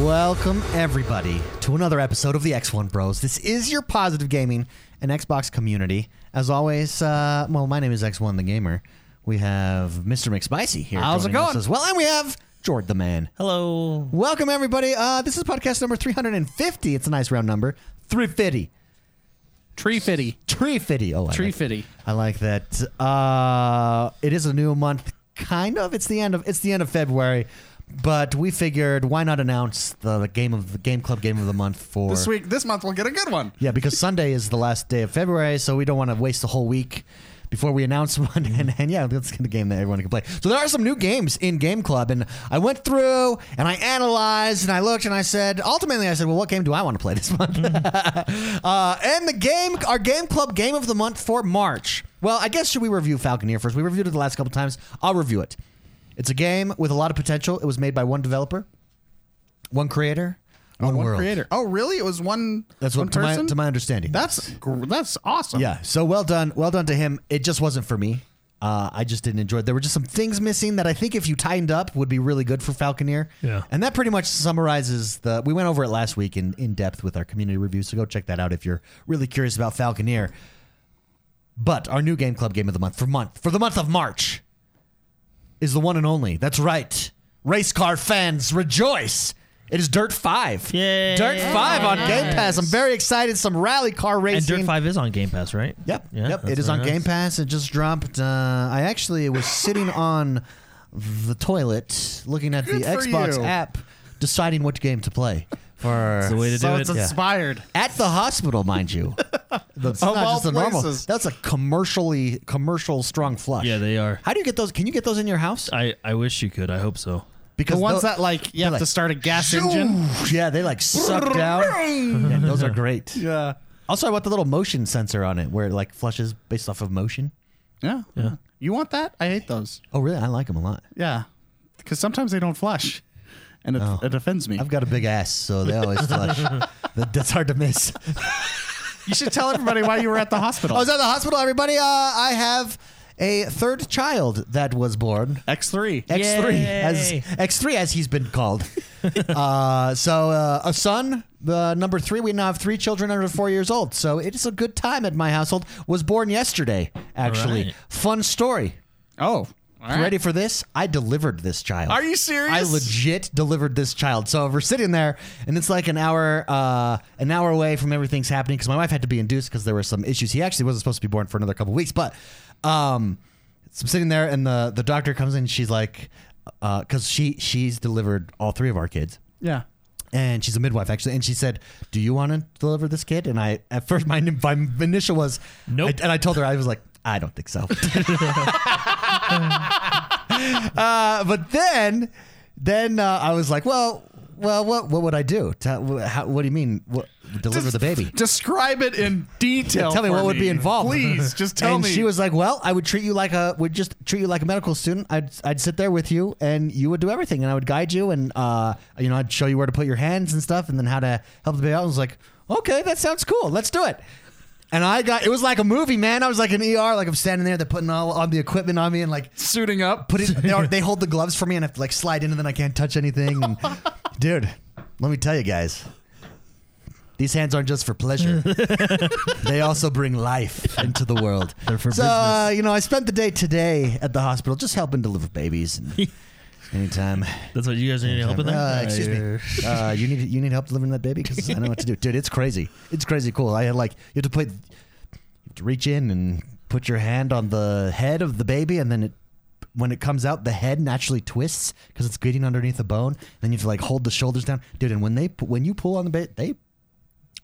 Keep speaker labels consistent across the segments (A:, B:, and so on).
A: Welcome, everybody, to another episode of the X1 Bros. This is your positive gaming and Xbox community. As always, uh, well, my name is X1 the Gamer. We have Mr. McSpicy here.
B: How's it
A: joining us
B: going?
A: As well, and we have Jord the Man.
B: Hello.
A: Welcome, everybody. Uh, this is podcast number 350. It's a nice round number. 350.
B: Tree fitty.
A: 350. Oh, I
B: Tree
A: like-
B: fitty.
A: I like that. Uh, it is a new month, kind of. It's the end of it's the end of February, but we figured why not announce the game of the game club game of the month for
C: This week, this month, we'll get a good one.
A: Yeah, because Sunday is the last day of February, so we don't want to waste the whole week before we announce one. And,
C: Mm-hmm.
A: and yeah, that's the game that everyone can play. So there are some new games in Game Club, and I went through and I analyzed and I looked and I said, ultimately, I said, well, what game do I want to play this month?
C: Mm-hmm.
A: uh, and the game, our Game Club game of the month for March. Well, I guess should we review Falconeer first? We reviewed it the last couple times. I'll review it. It's a game with a lot of potential. It was made by one developer, one creator, one
C: One
A: world.
C: creator. Oh, really? It was one.
A: That's
C: one
A: what to my,
C: person?
A: to my understanding.
C: That's gr- that's awesome.
A: Yeah. So well done. Well done to him. It just wasn't for me. Uh, I just didn't enjoy it. There were just some things missing that I think if you tightened up would be really good for Falconeer.
B: Yeah.
A: And that pretty much summarizes the. We went over it last week in, in depth with our community review, so go check that out if you're really curious about Falconeer. But our new game club game of the month for month for the month of March is the one and only. That's right. Race car fans rejoice. It is Dirt 5.
B: Yay.
A: Dirt 5 on Game Pass. I'm very excited. Some rally car racing.
D: And Dirt Five is on Game Pass, right?
A: Yep.
D: Yeah,
A: yep. It
D: that's
A: is on
D: very
A: Game
D: nice.
A: Pass. It just dropped. Uh, I actually was sitting on the toilet looking at the
C: Good for
A: Xbox
C: you.
A: app, deciding which game to play. For
D: the way to
C: So
D: do
C: it's
D: it.
A: yeah.
C: inspired.
A: at the hospital, mind you. That's
C: Of
A: not
C: all
A: just a normal.
C: places.
A: That's a commercially commercial strong flush.
D: Yeah, they are. Uh,
A: How do you get those? Can you get those in your house?
D: I, I wish you could. I hope so.
A: Because
C: The ones
A: tho-
C: that like you have
A: like,
C: to start a gas engine.
A: yeah, they like suck down. Yeah, those are great.
C: Yeah.
A: Also, I want the little motion sensor on it where it like flushes based off of motion.
C: yeah. You want that? I hate those.
A: Oh, really? I like them a lot.
C: Yeah. Because sometimes they don't flush, and it, it offends me.
A: Oh. I've got a big ass, so they always flush. That- That's hard to miss.
C: you should tell everybody why you were at the hospital.
A: I was at the hospital, everybody. Uh, I have a third child that was born.
C: X three.
A: X three as
D: Yay.
A: X three as he's been called. uh, so uh, a son, uh, number three. We now have three children under four years old. So it is a good time at my household. Was born yesterday, actually.
D: Alright.
A: Fun story.
C: Oh. all right.
A: Ready for this? I delivered this child.
C: Are you serious?
A: I legit delivered this child. So we're sitting there, and it's like an hour, uh, an hour away from everything's happening because my wife had to be induced because there were some issues. He actually wasn't supposed to be born for another couple weeks, but um, so I'm sitting there, and the the doctor comes in. She's like, because she she's delivered all three of our kids
C: Yeah.
A: and she's a midwife actually and she said do you want to deliver this kid and i at first my, my initial was
D: Nope.
A: I- and i told her i was like i don't think so uh, but then then uh, i was like well well what what would i do To- how, what do you mean what, deliver
C: Just
A: the baby
C: Describe it in detail.
A: tell me
C: for
A: what would be involved.
C: Please, just tell
A: and
C: me.
A: she was like, "Well, I would treat you like a would just treat you like a medical student. I'd I'd sit there with you, and you would do everything, and I would guide you, and uh, you know, I'd show you where to put your hands and stuff, and then how to help the baby out." I was like, "Okay, that sounds cool. Let's do it." And I got it was like a movie, man. I was like an ER, like I'm standing there, they're putting all, all the equipment on me, and like
C: suiting up.
A: put it. They, are- they hold the gloves for me, and I have to like slide in, and then I can't touch anything. And, dude, let me tell you guys, these hands aren't just for pleasure. they also bring life into the world.
D: They're for
A: so Uh, you know, I spent the day today at the hospital, just helping deliver babies. And anytime.
D: That's what you guys need help with.
A: Uh, excuse me. Uh, you need you need help delivering that baby because I don't know what to do, dude. It's crazy. It's crazy cool. I had like you have to play, you have to reach in and put your hand on the head of the baby, and then it when it comes out, the head naturally twists because it's getting underneath the bone. Then you have to like hold the shoulders down, dude. And when they pu- when you pull on the baby, they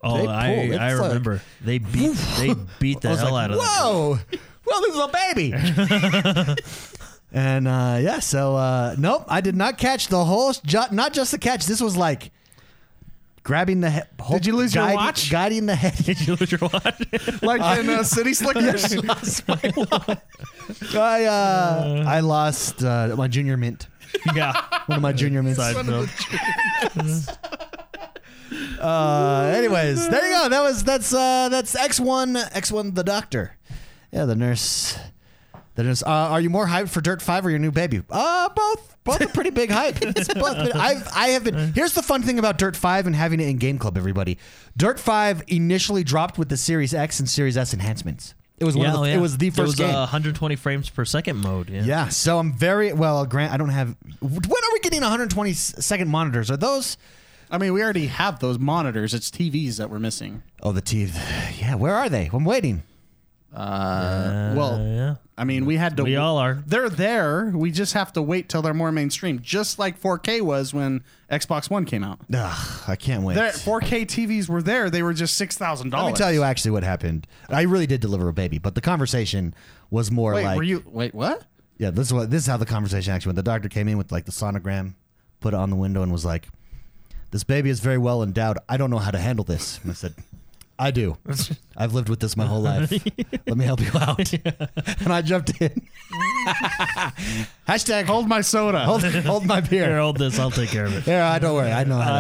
D: Oh,
A: They
D: I,
A: pull. It's
D: I
A: like-
D: remember. they beat they beat the
A: I was
D: hell
A: like,
D: out of them.
A: Whoa! well, this is a baby. and uh, yeah, so uh, nope, I did not catch the whole. Ju- not just the catch. This was like grabbing the. He- hol-
C: you lose your
A: guiding-
C: watch?
A: Guiding the head.
D: Did you lose your watch?
C: like in uh, City Slickers.
A: I uh, I lost uh, my junior mint.
D: yeah.
A: One of my junior mints.
D: Side note.
A: Uh, anyways, there you go. That was that's uh, that's X one X one the doctor. Yeah, the nurse. That is, uh, are you more hyped for Dirt Five or your new baby? Uh, both. Both are pretty big hype. It's both. But I've, I have been. Here's the fun thing about Dirt Five and having it in Game Club. Everybody, Dirt Five initially dropped with the Series X and Series S enhancements. It was one of the, It was the first
D: oh, It was
A: game.
D: Uh, 120 frames per second mode. Yeah.
A: yeah. So I'm very well. Grant, I don't have. When are we getting 120 s- second monitors? Are those?
C: I mean, we already have those monitors. It's TVs that we're missing.
A: Oh, the teeth. Yeah. Where are they? I'm waiting.
C: Uh, well,
D: yeah.
C: I mean, we had to.
D: We all are.
C: They're there. We just have to wait till they're more mainstream, just like 4K was when Xbox One came out.
A: Ugh, I can't wait.
C: Their 4K TVs were there. They were just six thousand dollars.
A: Let me tell you actually what happened. I really did deliver a baby, but the conversation was more
C: Wait,
A: like
C: were you? Wait, what?
A: Yeah, this is what this is how the conversation actually went. The doctor came in with like the sonogram, put it on the window, and was like, "This baby is very well endowed. I don't know how to handle this." And I said, "I do. I've lived with this my whole life. Let me help you out." And I jumped in. Hashtag hold,
C: Hold my soda.
A: hold, hold my
D: Here,
A: beer.
D: hold this. I'll take care of it.
A: Yeah, I don't worry. I know how. To,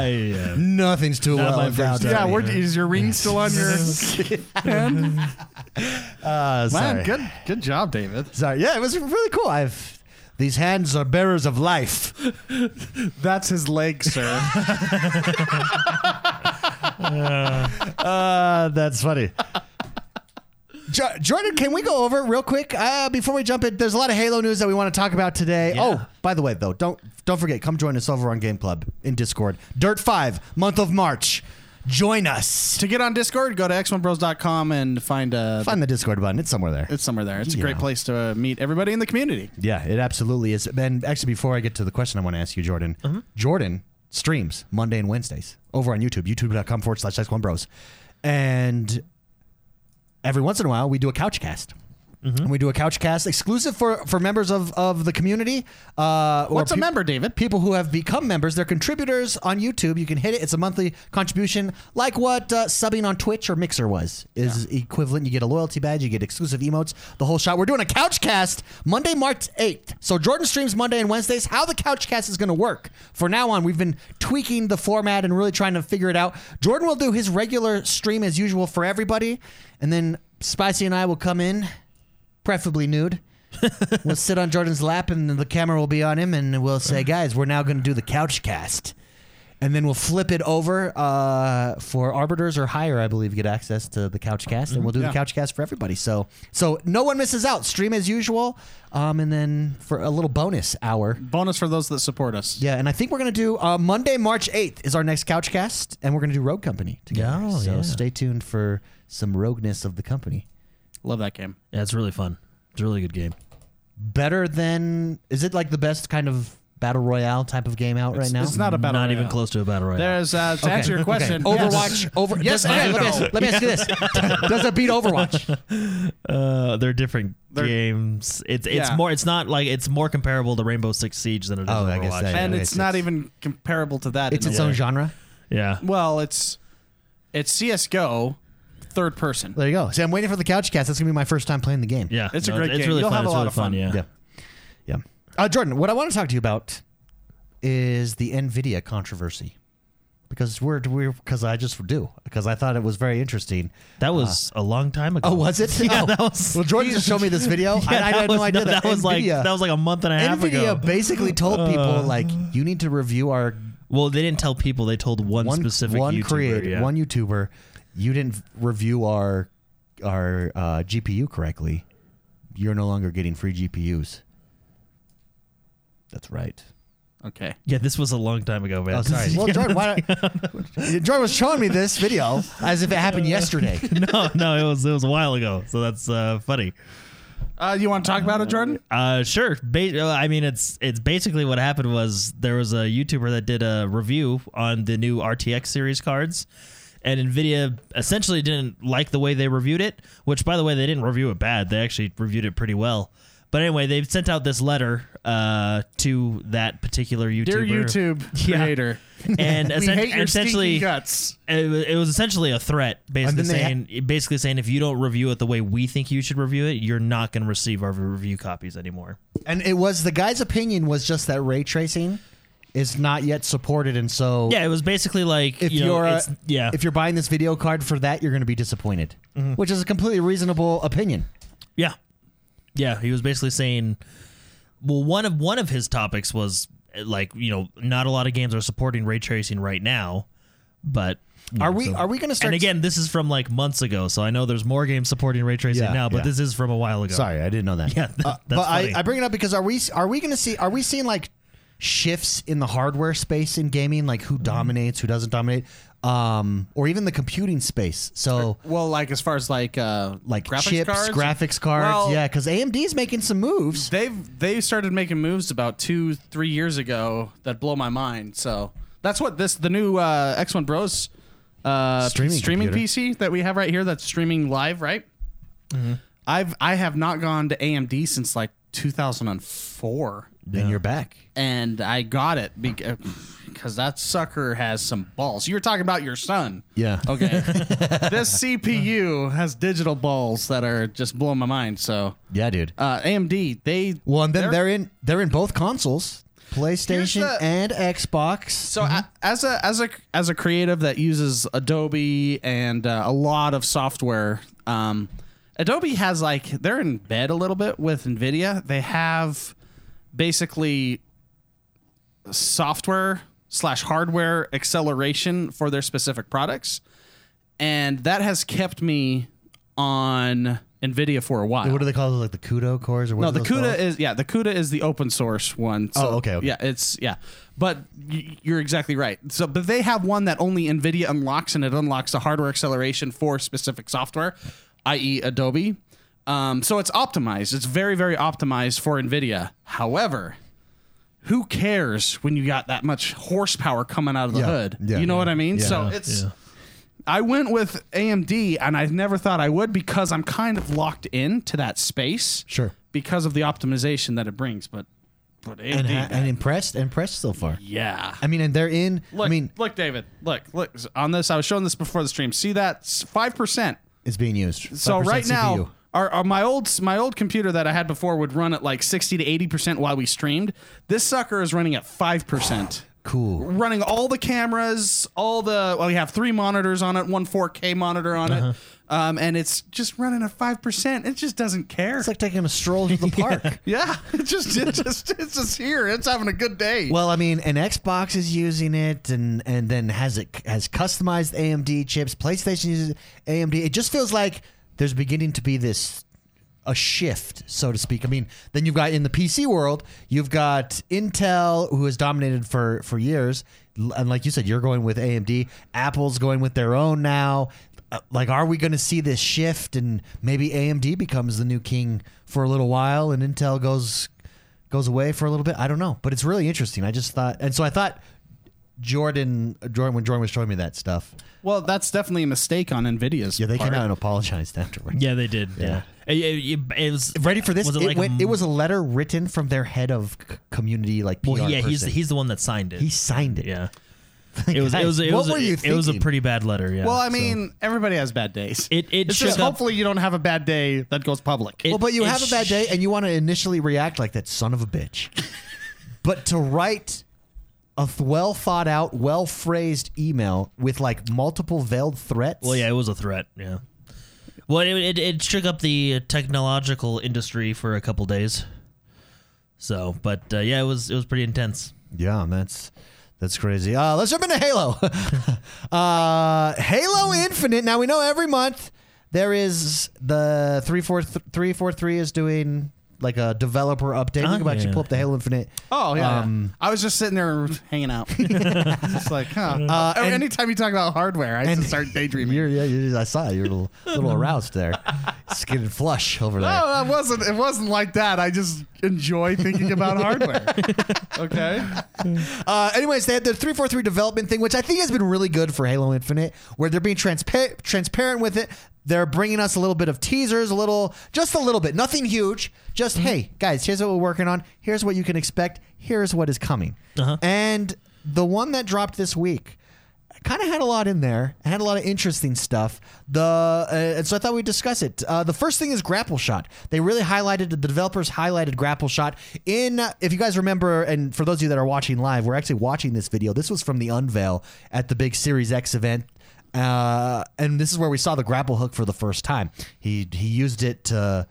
D: I, uh,
A: nothing's too
D: Not
A: well
D: my
A: endowed.
D: first
C: yeah,
D: Yeah,
C: we're,
D: yeah.
C: is your ring still on your? hand?
A: Uh, sorry.
C: Man, good, good job, David.
A: Sorry. Yeah, it was really cool. I've these hands are bearers of life.
C: That's his leg, sir.
A: Uh, that's funny. Jo- Jordan, can we go over real quick uh, before we jump in? There's a lot of Halo news that we want to talk about today.
D: Yeah.
A: Oh, by the way, though, don't don't forget, come join us over on Game Club in Discord. Dirt Five, month of March, join us.
C: to get on Discord, go to x1bros.com and find a.
A: Find the Discord button; it's somewhere there.
C: It's somewhere there. It's a great
A: Yeah.
C: place to uh, meet everybody in the community.
A: yeah, it absolutely is. And actually, before I get to the question, I want to ask you, Jordan.
C: Mm-hmm.
A: Jordan streams Monday and Wednesdays over on YouTube, youtube.com forward slash X One Bros, and every once in a while we do a couch cast.
C: Mm-hmm.
A: And we do a couch cast exclusive for, for members of, of the community. Uh, or
C: What's a
A: peop-
C: member, David?
A: People who have become members, they're contributors on YouTube. You can hit it. It's a monthly contribution, like what uh, subbing on Twitch or Mixer was, is equivalent. You get a loyalty badge, you get exclusive emotes, the whole shot. We're doing a couch cast Monday, March 8th. So Jordan streams Monday and Wednesdays. How the couch cast is going to work for now on, we've been tweaking the format and really trying to figure it out. Jordan will do his regular stream as usual for everybody, and then Spicy and I will come in preferably nude. we'll sit on Jordan's lap, and the camera will be on him, and we'll say, "Guys, we're now going to do the couch cast," and then we'll flip it over uh, for arbiters or higher, I believe, get access to the couch cast, and we'll do the
C: Yeah.
A: couch cast for everybody. So, so no one misses out. Stream as usual, um, and then for a little bonus hour.
C: Bonus for those that support us.
A: Yeah, and I think we're gonna do uh, Monday, March eighth is our next couch cast, and we're gonna do Rogue Company together.
D: Oh,
A: so
D: yeah.
A: stay tuned for some rogueness of the company.
C: Love that game.
D: yeah, it's really fun. It's a really good game.
A: better than is it like the best kind of battle royale type of game out right now?
C: It's not about
D: Not even close to a battle royale.
C: There's uh, to
A: Okay.
C: answer your
A: Okay.
C: question.
A: Overwatch.
C: yes.
A: Over.
C: Yes
A: does- okay, let,
C: and
A: me
C: no.
A: ask, let me ask you this: Does it beat Overwatch?
D: Uh, they're different
C: They're-
D: games. It's it's
C: Yeah.
D: more. It's not like it's more comparable to Rainbow Six Siege than it is
A: Oh,
D: Overwatch.
A: I guess that-
C: And
A: Yeah,
C: it's,
A: it's-
C: not
A: it's-
C: even comparable to that.
A: It's
C: in a
A: its
C: way.
A: own genre.
D: yeah.
C: Well, it's it's CS:GO, third person.
A: There you go. See, I'm waiting for the couch cast. That's gonna be my first time playing the game.
D: Yeah.
C: It's a great
D: it's
C: game.
D: Really
C: You'll
D: fun.
C: have a
D: it's
C: lot
D: really
C: of fun.
D: Yeah.
A: Yeah. Yeah. Uh, Jordan, what I want to talk to you about is the Nvidia controversy. Because we're we're because I just do because I thought it was very interesting.
D: That was a long time ago.
A: Oh, was it?
D: Yeah,
A: Oh.
D: that was.
A: Well, Jordan just showed me this video. I, I
D: that
A: had
D: was,
A: no idea
D: that, was like
A: Nvidia-
D: that was like a month and a Uh. half
A: Nvidia
D: ago.
A: uh, basically told people like you need to review our
D: Well, they didn't tell people. They told one,
A: one
D: specific
A: one
D: YouTuber,
A: creator,
D: yeah.
A: one YouTuber. You didn't review our our uh, GPU correctly. You're no longer getting free GPUs. That's right.
C: Okay.
D: Yeah, this was a long time ago, man.
A: Oh, sorry. Well, Jordan, why don't, Jordan was showing me this video as if it happened yesterday.
D: no, no, it was it was a while ago. So that's uh, funny.
C: Uh, you want to talk about it, Jordan?
D: Uh, sure. Ba- uh, I mean, it's it's basically what happened was there was a YouTuber that did a review on the new RTX series cards, and Nvidia essentially didn't like the way they reviewed it. Which, by the way, they didn't review it bad. They actually reviewed it pretty well. But anyway, they've sent out this letter uh, to that particular YouTuber.
C: Dear YouTube
D: Yeah.
C: creator,
D: and
C: we
D: essen-
C: hate your
D: essentially
C: stinky guts.
D: it was, it was essentially a threat, basically
A: And then they
D: saying, basically saying, if you don't review it the way we think you should review it, you're not going to receive our review copies anymore.
A: And it was the guy's opinion was just that ray tracing is not yet supported, and so
D: Yeah, it was basically like,
A: if
D: you know,
A: you're uh,
D: it's, yeah,
A: if you're buying this video card for that, you're going to be disappointed, which is a completely reasonable opinion.
D: yeah. Yeah, he was basically saying, well, one of one of his topics was eh, like, you know, not a lot of games are supporting ray tracing right now, but you
A: Are
D: know,
A: we
D: so-
A: are we going to start?
D: and again, this is from like months ago, so I know there's more games supporting ray tracing
A: Yeah,
D: now, but
A: yeah.
D: this is from a while ago.
A: sorry, I didn't know that.
D: Yeah, th-
A: Uh,
D: that's
A: but I,
D: funny.
A: I bring it up because are we are we going to see are we seeing like shifts in the hardware space in gaming, like who dominates, who doesn't dominate, um, or even the computing space? So
C: Well, like as far as like uh,
A: like
C: graphics
A: chips,
C: cards,
A: graphics cards,
C: Well-
A: yeah, because AMD's making some moves.
C: They've they started making moves about two three years ago that blow my mind. So that's what this the new uh, X1 Bros uh,
A: Streaming
C: streaming
A: computer.
C: PC that we have right here that's streaming live. Right.
A: Mm-hmm.
C: I've I have not gone to AMD since like 2004,
A: Then you're back.
C: and I got it uh, because that sucker has some balls. You were talking about your son.
A: Yeah.
C: Okay. this CPU has digital balls that are just blowing my mind. So
A: Yeah, dude.
C: uh, AMD they
A: Well, and then
C: they're-
A: they're, in they're in both consoles, PlayStation
C: the-
A: and Xbox.
C: So a- as a as a as a creative that uses Adobe and uh, a lot of software, um, Adobe has like they're in bed a little bit with Nvidia. They have basically software slash hardware acceleration for their specific products, and that has kept me on Nvidia for a while.
A: What do they call those? Like the Kudo cores or what?
C: No,
A: are
C: the
A: those
C: CUDA
A: called?
C: is yeah, the CUDA is the open source one. So,
A: Oh, okay, okay.
C: Yeah, it's yeah, but y- you're exactly right. So, but they have one that only NVIDIA unlocks, and it unlocks the hardware acceleration for specific software, i.e., Adobe. Um, so it's optimized. It's very very optimized for NVIDIA. However, who cares when you got that much horsepower coming out of the
A: Yeah,
C: hood?
A: yeah,
C: you know what I mean?
A: yeah,
C: so
A: yeah.
C: it's.
D: Yeah.
C: I went with AMD, and I never thought I would because I'm kind of locked into that space
A: Sure.
C: because of the optimization that it brings. But but AMD,
A: and, ha- and impressed impressed so far.
C: yeah.
A: I mean, and they're in.
C: Look,
A: I mean,
C: look, David. Look, look on this. I was showing this before the stream. See that five percent.
A: it's being used.
C: So
A: 5%
C: right
A: CPU.
C: now, our, our my old my old computer that I had before would run at like sixty to eighty percent while we streamed. This sucker is running at five percent.
A: cool.
C: Running all the cameras, all the well, we have three monitors on it, one 4K monitor on
A: Uh-huh.
C: it, um, and it's just running at five percent. It just doesn't care.
A: It's like taking a stroll to the park.
C: yeah, it just it just it's just here. It's having a good day.
A: Well, I mean, and Xbox is using it, and and then has it has customized AMD chips. PlayStation uses AMD. It just feels like there's beginning to be this a shift, so to speak. I mean, then you've got in the PC world, you've got Intel, who has dominated for for years, L- and like you said, you're going with AMD. Apple's going with their own now. Uh, Like, are we going to see this shift, and maybe AMD becomes the new king for a little while, and Intel goes goes away for a little bit. I don't know, but it's really interesting. I just thought, and so I thought Jordan, Jordan, when Jordan was showing me that stuff,
C: Well, that's definitely a mistake on Nvidia's.
A: yeah, they
C: part.
A: came out and apologized afterward.
D: Yeah, they did. Yeah. It, it- it was
A: Ready for this?
D: Was it,
A: it,
D: like
A: went,
D: m-
A: it was a letter written from their head of c- community, like PR
D: Well, yeah, he's
A: person.
D: he's the one that signed it.
A: he signed it.
D: yeah. It was it was it
A: What
D: was,
A: were you
D: it, was a
A: thinking?
D: pretty bad letter, yeah.
C: Well, I
D: so.
C: mean, everybody has bad days.
D: it it
C: it's
D: shook
C: just
D: up
C: hopefully you don't have a bad day that goes public.
A: well, but you
D: it
A: have a bad day, and you want to initially react like that son of a bitch, but to write. A th- well thought out, well phrased email with like multiple veiled threats.
D: Well, yeah, it was a threat. Yeah. Well, it, it, it shook up the technological industry for a couple days. So, but uh, yeah, it was it was pretty intense.
A: Yeah, that's that's crazy. Uh, let's jump into Halo. uh, Halo Infinite. Now we know every month there is the three four three four three is doing like a developer update.
D: Oh,
A: you can actually
D: yeah.
A: pull up the Halo Infinite.
C: oh yeah,
A: Um,
C: I was just sitting there hanging out. just like, huh. Uh,
A: and-
C: Anytime you talk about hardware, I just start daydreaming.
A: You're, yeah, you're, I saw you. You're a little, little aroused there, skin and flush over there.
D: Oh,
C: No, that wasn't. It wasn't like that. I just enjoy thinking about hardware. Okay.
A: Uh, anyways, they had the 343 development thing, which I think has been really good for Halo Infinite, where they're being transpa- transparent with it. They're bringing us a little bit of teasers, a little, just a little bit, nothing huge. Just hey, guys, here's what we're working on. Here's what you can expect. Here's what is coming.
D: Uh-huh.
A: And the one that dropped this week kind of had a lot in there. It had a lot of interesting stuff. The uh, and so I thought we'd discuss it. Uh, the first thing is grapple shot. They really highlighted the developers highlighted grapple shot in. If you guys remember, and for those of you that are watching live, we're actually watching this video. This was from the unveil at the big Series X event. Uh, and this is where we saw the grapple hook for the first time. He he used it to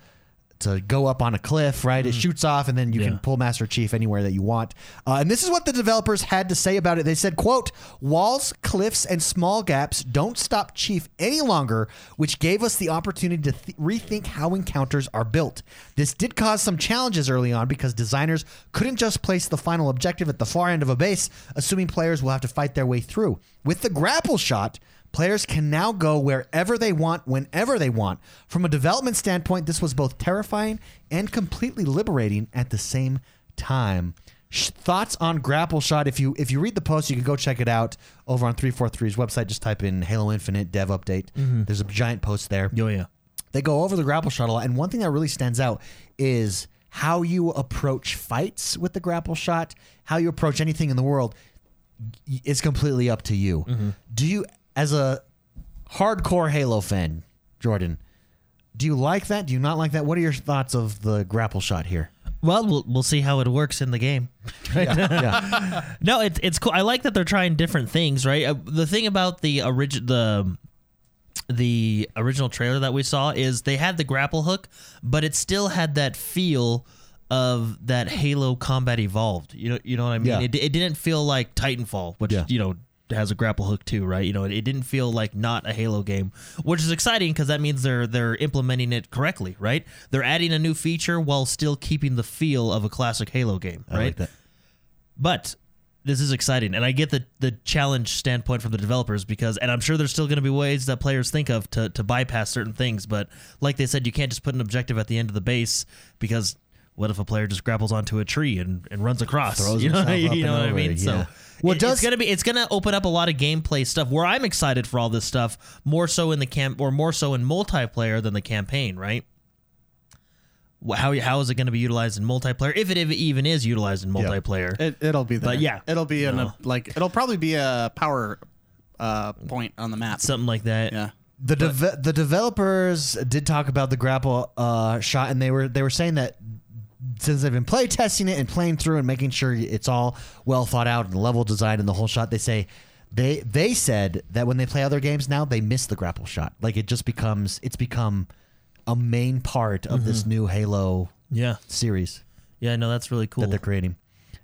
A: to go up on a cliff, right? It shoots off, and then you can
D: Yeah.
A: pull Master Chief anywhere that you want. Uh, and this is what the developers had to say about it. They said, "quote Walls, cliffs, and small gaps don't stop Chief any longer, which gave us the opportunity to th- rethink how encounters are built. This did cause some challenges early on because designers couldn't just place the final objective at the far end of a base, assuming players will have to fight their way through. With the grapple shot." Players can now go wherever they want, whenever they want. From a development standpoint, this was both terrifying and completely liberating at the same time. Sh- thoughts on grapple shot? If you if you read the post, you can go check it out over on 343's website. Just type in Halo Infinite dev update. There's a giant post there
D: Oh yeah.
A: they go over the grapple shot a lot. And one thing that really stands out is how you approach fights with the grapple shot, how you approach anything in the world y- is completely up to you. Do you, as a hardcore Halo fan, Jordan, do you like that? Do you not like that? What are your thoughts of the grapple shot here?
D: Well, we'll we'll see how it works in the game. No, it's it's cool. I like that they're trying different things, right? Uh, the thing about the origin the the original trailer that we saw is they had the grapple hook, but it still had that feel of that Halo Combat Evolved. You know, you know what I mean?
A: Yeah.
D: It, it didn't feel like Titanfall, which
A: Yeah.
D: you know has a grapple hook too, right? You know, it, it didn't feel like not a Halo game, which is exciting because that means they're they're implementing it correctly, right? They're adding a new feature while still keeping the feel of a classic Halo game,
A: I
D: right?
A: like that.
D: But this is exciting, and I get the the challenge standpoint from the developers because, and I'm sure there's still going to be ways that players think of to to bypass certain things. But like they said, you can't just put an objective at the end of the base because what if a player just grapples onto a tree and, and runs across?
A: Throws
D: you know,
A: himself
D: you
A: up and
D: know what I
A: over,
D: mean?
A: yeah.
D: So.
A: Well,
D: Well,
A: it
D: it
A: does-
D: it's gonna be it's gonna open up a lot of gameplay stuff where I'm excited for all this stuff more so in the camp or more so in multiplayer than the campaign, right? Wh- How how is it going to be utilized in multiplayer if it ev- even is utilized in multiplayer?
C: It, it'll be there.
D: But yeah.
C: it'll be in
D: No.
C: a like it'll probably be a power uh, point on the map.
D: something like that.
C: yeah,
A: The deve- the developers did talk about the grapple uh, shot, and they were they were saying that since they've been play testing it and playing through and making sure it's all well thought out and level design and the whole shot, they say they they said that when they play other games now they miss the grapple shot. Like it just becomes it's become a main part of this
C: Mm-hmm.
A: new Halo
D: Yeah.
A: series
D: Yeah, no, that's really cool.
A: that they're creating.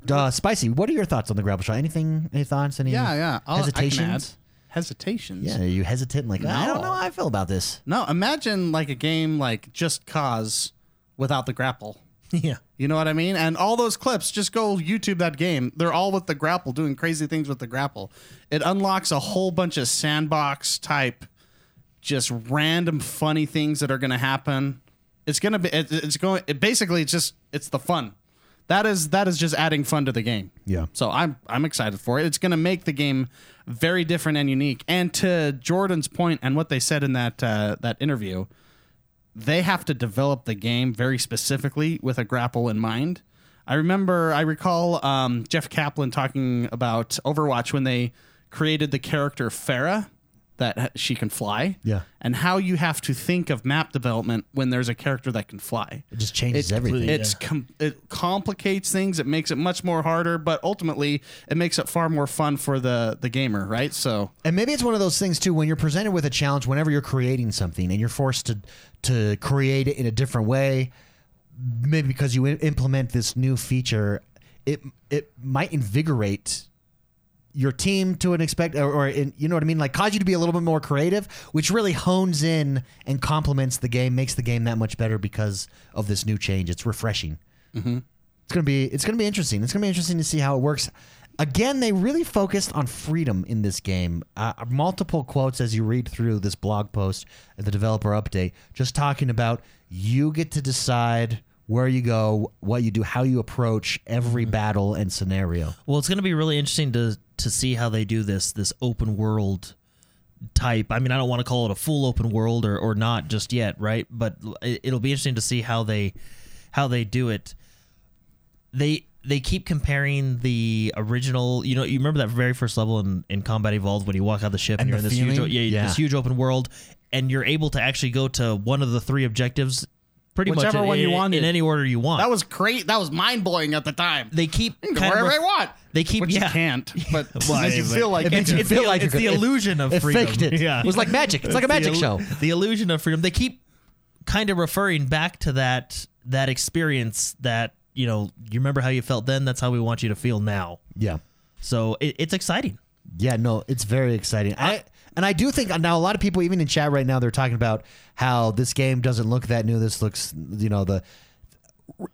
A: Uh, Spicy, what are your thoughts on the grapple shot? Anything? Any thoughts? Any
C: yeah, yeah. I'll,
A: hesitations?
C: I can add hesitations.
A: Yeah, are you hesitant? Like I don't
C: No.
A: know how I feel about this.
C: No, imagine like a game like Just Cause without the grapple.
D: yeah.
C: You know what I mean? And all those clips, just go YouTube that game. They're all with the grapple, doing crazy things with the grapple. It unlocks a whole bunch of sandbox type, just random funny things that are going to happen. It's going to be, it, it's going, it basically, it's just, it's the fun. That is, that is just adding fun to the game.
A: Yeah.
C: So I'm, I'm excited for it. It's going to make the game very different and unique. And to Jordan's point and what they said in that, uh, that interview, they have to develop the game very specifically with a grapple in mind. I remember, I recall um, Jeff Kaplan talking about Overwatch when they created the character Farah, that h- she can fly.
A: Yeah.
C: And how you have to think of map development when there's a character that can fly.
A: It just changes everything.
C: It's com- it complicates things. It makes it much more harder, but ultimately it makes it far more fun for the the gamer, right? So
A: And maybe it's one of those things too when you're presented with a challenge whenever you're creating something and you're forced to to create it in a different way maybe because you i- implement this new feature it it might invigorate your team to an expect or, or in, you know what I mean like cause you to be a little bit more creative which really hones in and complements the game makes the game that much better because of this new change it's refreshing it's gonna be it's gonna be interesting. It's gonna be interesting to see how it works. Again, they really focused on freedom in this game. Uh, multiple quotes as you read through this blog post at the developer update, just talking about you get to decide where you go, what you do, how you approach every
D: Mm-hmm.
A: battle and scenario.
D: Well, it's going to be really interesting to to see how they do this this open world type. I mean, I don't want to call it a full open world or or not just yet, right? But l- it- it'll be interesting to see how they how they do it. They they keep comparing the original, you know, you remember that very first level in, in Combat Evolved when you walk out the ship
A: And
D: and, you're in
A: the
D: this huge, o-
A: feeling?
D: yeah,
A: Yeah.
D: this huge open world and you're able to actually go to one of the three objectives pretty
C: Whichever
D: much in-
C: one you
D: in-
C: wanted.
D: in any order you want.
C: that was great. That was mind blowing at the time.
D: they keep
C: Go
D: kind of
C: wherever
D: ref-
C: I want.
D: they keep-
C: Which
D: yeah.
C: you can't, but
D: Well,
C: it makes you
D: anyway.
C: feel like
A: It makes you
D: It's
A: feel
D: the-
A: like
D: it's
A: you're-
D: the illusion of
A: it
D: freedom.
A: faked it.
D: Yeah.
A: It was like magic. It's like a
D: It's the
A: magic
D: il-
A: show.
D: The illusion of freedom. They keep kind of referring back to that that experience that you know you remember how you felt then. That's how we want you to feel now.
A: Yeah.
D: So it, it's exciting.
A: Yeah, no, it's very exciting. I and I do think now a lot of people, even in chat right now, they're talking about how this game doesn't look that new. This looks, you know, the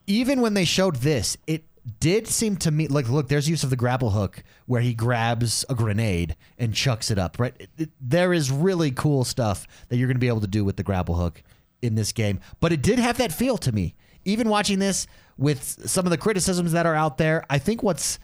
A: even when they showed this, it did seem to me like look, there's use of the grapple hook where he grabs a grenade and chucks it up. Right, It- it- there is really cool stuff that you're going to be able to do with the grapple hook in this game. But it did have that feel to me. Even watching this with some of the criticisms that are out there, I think what's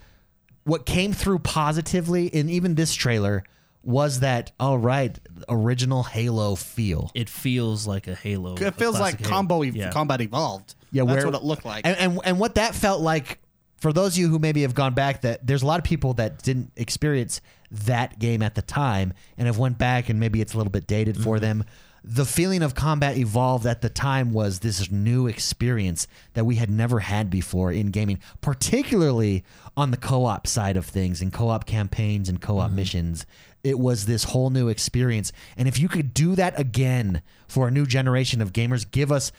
A: what came through positively in even this trailer was that all right original halo feel
D: It feels like a Halo. a
C: It feels like
D: classic Halo.
C: combo ev-
D: Yeah.
C: combat evolved.
A: Yeah,
C: that's
A: where-
C: what it looked like.
A: and, and and what that felt like for those of you who maybe have gone back that there's a lot of people that didn't experience that game at the time and have went back and maybe it's a little bit dated for
C: Mm-hmm.
A: them the feeling of combat evolved at the time was this new experience that we had never had before in gaming particularly on the co-op side of things and co-op campaigns and co-op
C: Mm-hmm.
A: missions it was this whole new experience and if you could do that again for a new generation of gamers give us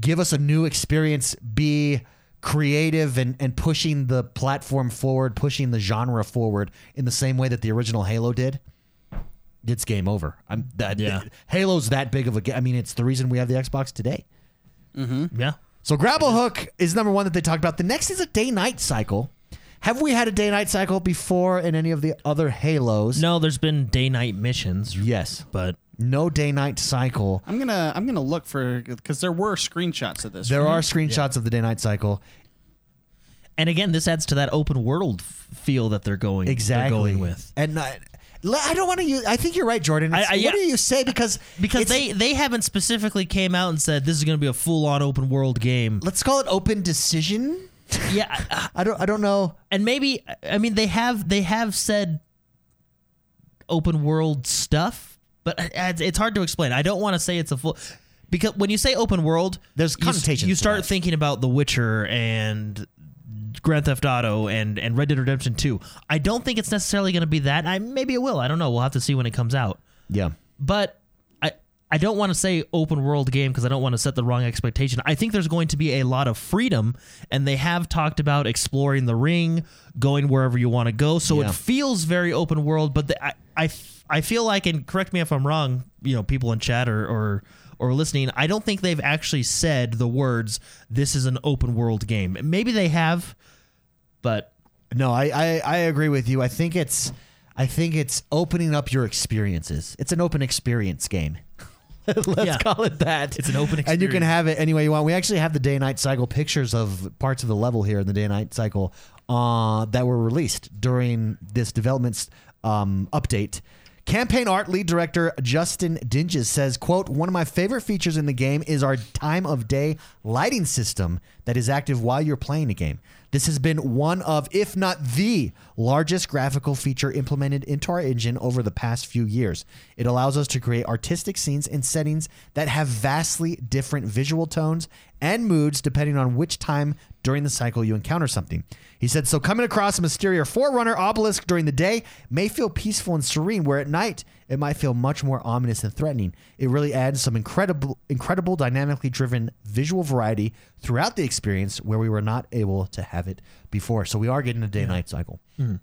A: give us a new experience, be creative and, and pushing the platform forward, pushing the genre forward in the same way that the original Halo did. It's game over. I'm that
D: Yeah.
A: Halo's that big of a game. I mean, it's the reason we have the Xbox today.
D: Yeah.
A: So grapple hook is number one that they talked about. The next is a day night cycle. Have we had a day night cycle before in any of the other Halos?
D: No, there's been day night missions,
A: Yes.
D: but
A: No day night cycle.
C: I'm gonna I'm gonna look for because there were screenshots of this.
A: There are screenshots of the day night cycle.
D: and again, this adds to that open world f- feel that they're going
A: exactly
D: they're going with.
A: And I, le- I don't want to use. I think you're right, Jordan.
D: I-
A: It's-
D: I- yeah.
A: What do you say? Because
D: Because
A: it's-
D: they, they haven't specifically came out and said this is going to be a full on open world game.
A: let's call it open decision.
D: yeah, I-
A: I don't. I don't know.
D: and maybe I mean they have they have said open world stuff, but I- I- it's hard to explain. I don't want to say it's a full because when you say open world,
A: There's
D: you s-
A: connotations
D: You,
A: to
D: start
A: that.
D: thinking about The Witcher and Grand Theft Auto and and Red Dead Redemption Two. I don't think it's necessarily going to be that. I maybe it will. I don't know. We'll have to see when it comes out.
A: Yeah.
D: But I I don't want to say open world game because I don't want to set the wrong expectation. I think there's going to be a lot of freedom, and they have talked about exploring the ring, going wherever you want to go. So
A: Yeah.
D: it feels very open world, but the, I, I f- I feel like, and correct me if I'm wrong, you know, people in chat or or or listening, I don't think they've actually said the words. This is an open world game. Maybe they have, but
A: No, I, I I agree with you. I think it's I think it's opening up your experiences. It's an open experience game. Let's
D: Yeah.
A: call it that.
D: It's an open
A: And you can
D: experience.
A: have it any way you want. We actually have the day night cycle pictures of parts of the level here in the day night cycle uh, that were released during this development um, update. Campaign art lead director Justin Dinges says, quote, one of my favorite features in the game is our time of day lighting system that is active while you're playing a game. This has been one of, if not the largest graphical feature implemented into our engine over the past few years. It allows us to create artistic scenes and settings that have vastly different visual tones and moods depending on which time during the cycle you encounter something. He said, So coming across a Mysteria Forerunner obelisk during the day may feel peaceful and serene, where at night it might feel much more ominous and threatening. It really adds some incredible, incredible dynamically driven visual variety throughout the experience where we were not able to have it before. So we are getting a day night cycle.
C: Mm-hmm.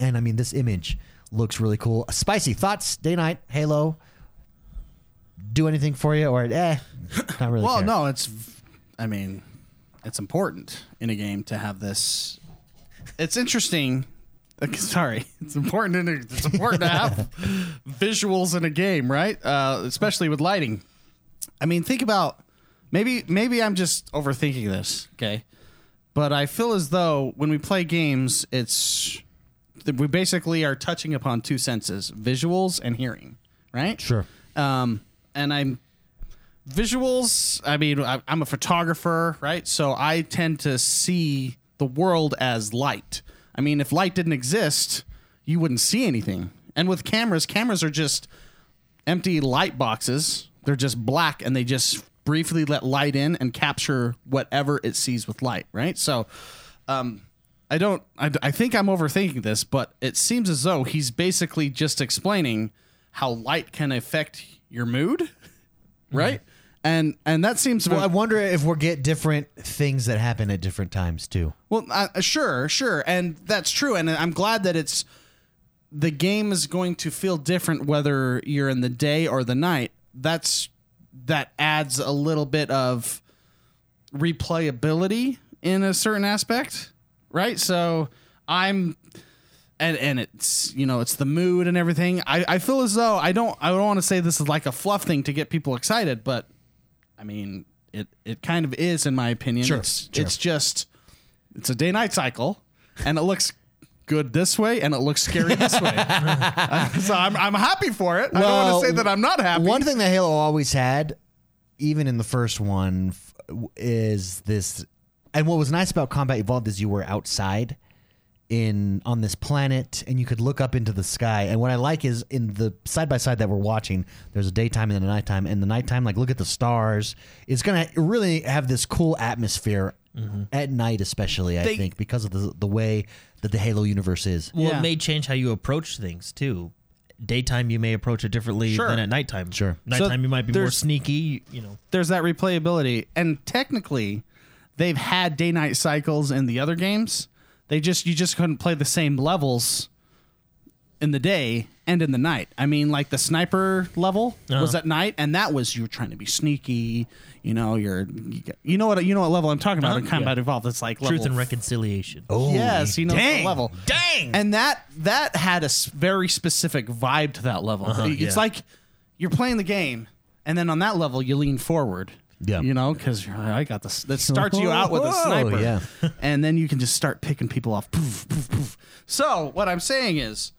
A: And I mean, this image looks really cool. Spicy thoughts, day night, Halo. Do anything for you or eh? Not really.
C: well,
A: care.
C: no, it's I mean, it's important in a game to have this. It's interesting. like, Sorry, it's important. In a, it's important to have visuals in a game, right? Uh, especially with lighting. I mean, think about maybe maybe I'm just overthinking this. Okay, but I feel as though when we play games, it's that we basically are touching upon two senses: visuals and hearing. Right.
A: Sure.
C: Um, and I'm visuals. I mean, I- I'm a photographer, right? So I tend to see the world as light. I mean, if light didn't exist, you wouldn't see anything. And with cameras, cameras are just empty light boxes. They're just black and they just briefly let light in and capture whatever it sees with light, right? So, um, I don't, I, I think I'm overthinking this, but it seems as though he's basically just explaining how light can affect your mood, right? and and that seems
A: Well, I wonder if we'll get different things that happen at different times too.
C: Well, uh, sure, sure, and that's true, and I'm glad that it's the game is going to feel different whether you're in the day or the night. That's that adds a little bit of replayability in a certain aspect, right? So I'm and and it's you know it's the mood and everything. I, I feel as though I don't I don't want to say this is like a fluff thing to get people excited, but I mean it it kind of is in my opinion.
A: Sure,
C: it's,
A: sure.
C: it's just it's a day night cycle, and it looks good this way and it looks scary this way. so I'm I'm happy for it. I don't want
A: Well,
C: to say that I'm not happy.
A: One thing that Halo always had, even in the first one, f- is this. And what was nice about Combat Evolved is you were outside in on this planet and you could look up into the sky and what i like is in the side by side that we're watching there's a daytime and a nighttime and the nighttime like look at the stars it's gonna really have this cool atmosphere at night especially i
D: Mm-hmm. They-
A: think because of the, the way that the halo universe is
D: Well,
C: Yeah.
D: it may change how you approach things too. Daytime, you may approach it differently
C: Sure.
D: than at nighttime.
A: Sure.
D: Nighttime, you might be more
C: there's-
D: sneaky. You know,
C: there's that replayability. And technically, they've had day night cycles in the other games. They just you just couldn't play the same levels in the day and in the night. I mean, like the sniper level was
D: Uh-huh.
C: at night, and that was you're trying to be sneaky. You know, you're you, get- you know what you know what level I'm talking about in
D: Uh-huh,
C: Combat Evolved. It's like
D: truth
C: level
D: and reconciliation. Oh,
C: Yes, you know
A: Dang.
C: the level. Dang. And that that had a s- very specific vibe to that level.
A: Uh-huh,
C: it's
D: yeah.
C: like you're playing the game, and then on that level you lean forward.
A: Yeah.
C: You know, because I got this. That starts you out with a sniper.
A: yeah.
C: and then you can just start picking people off. Poof, poof, poof. So what I'm saying is,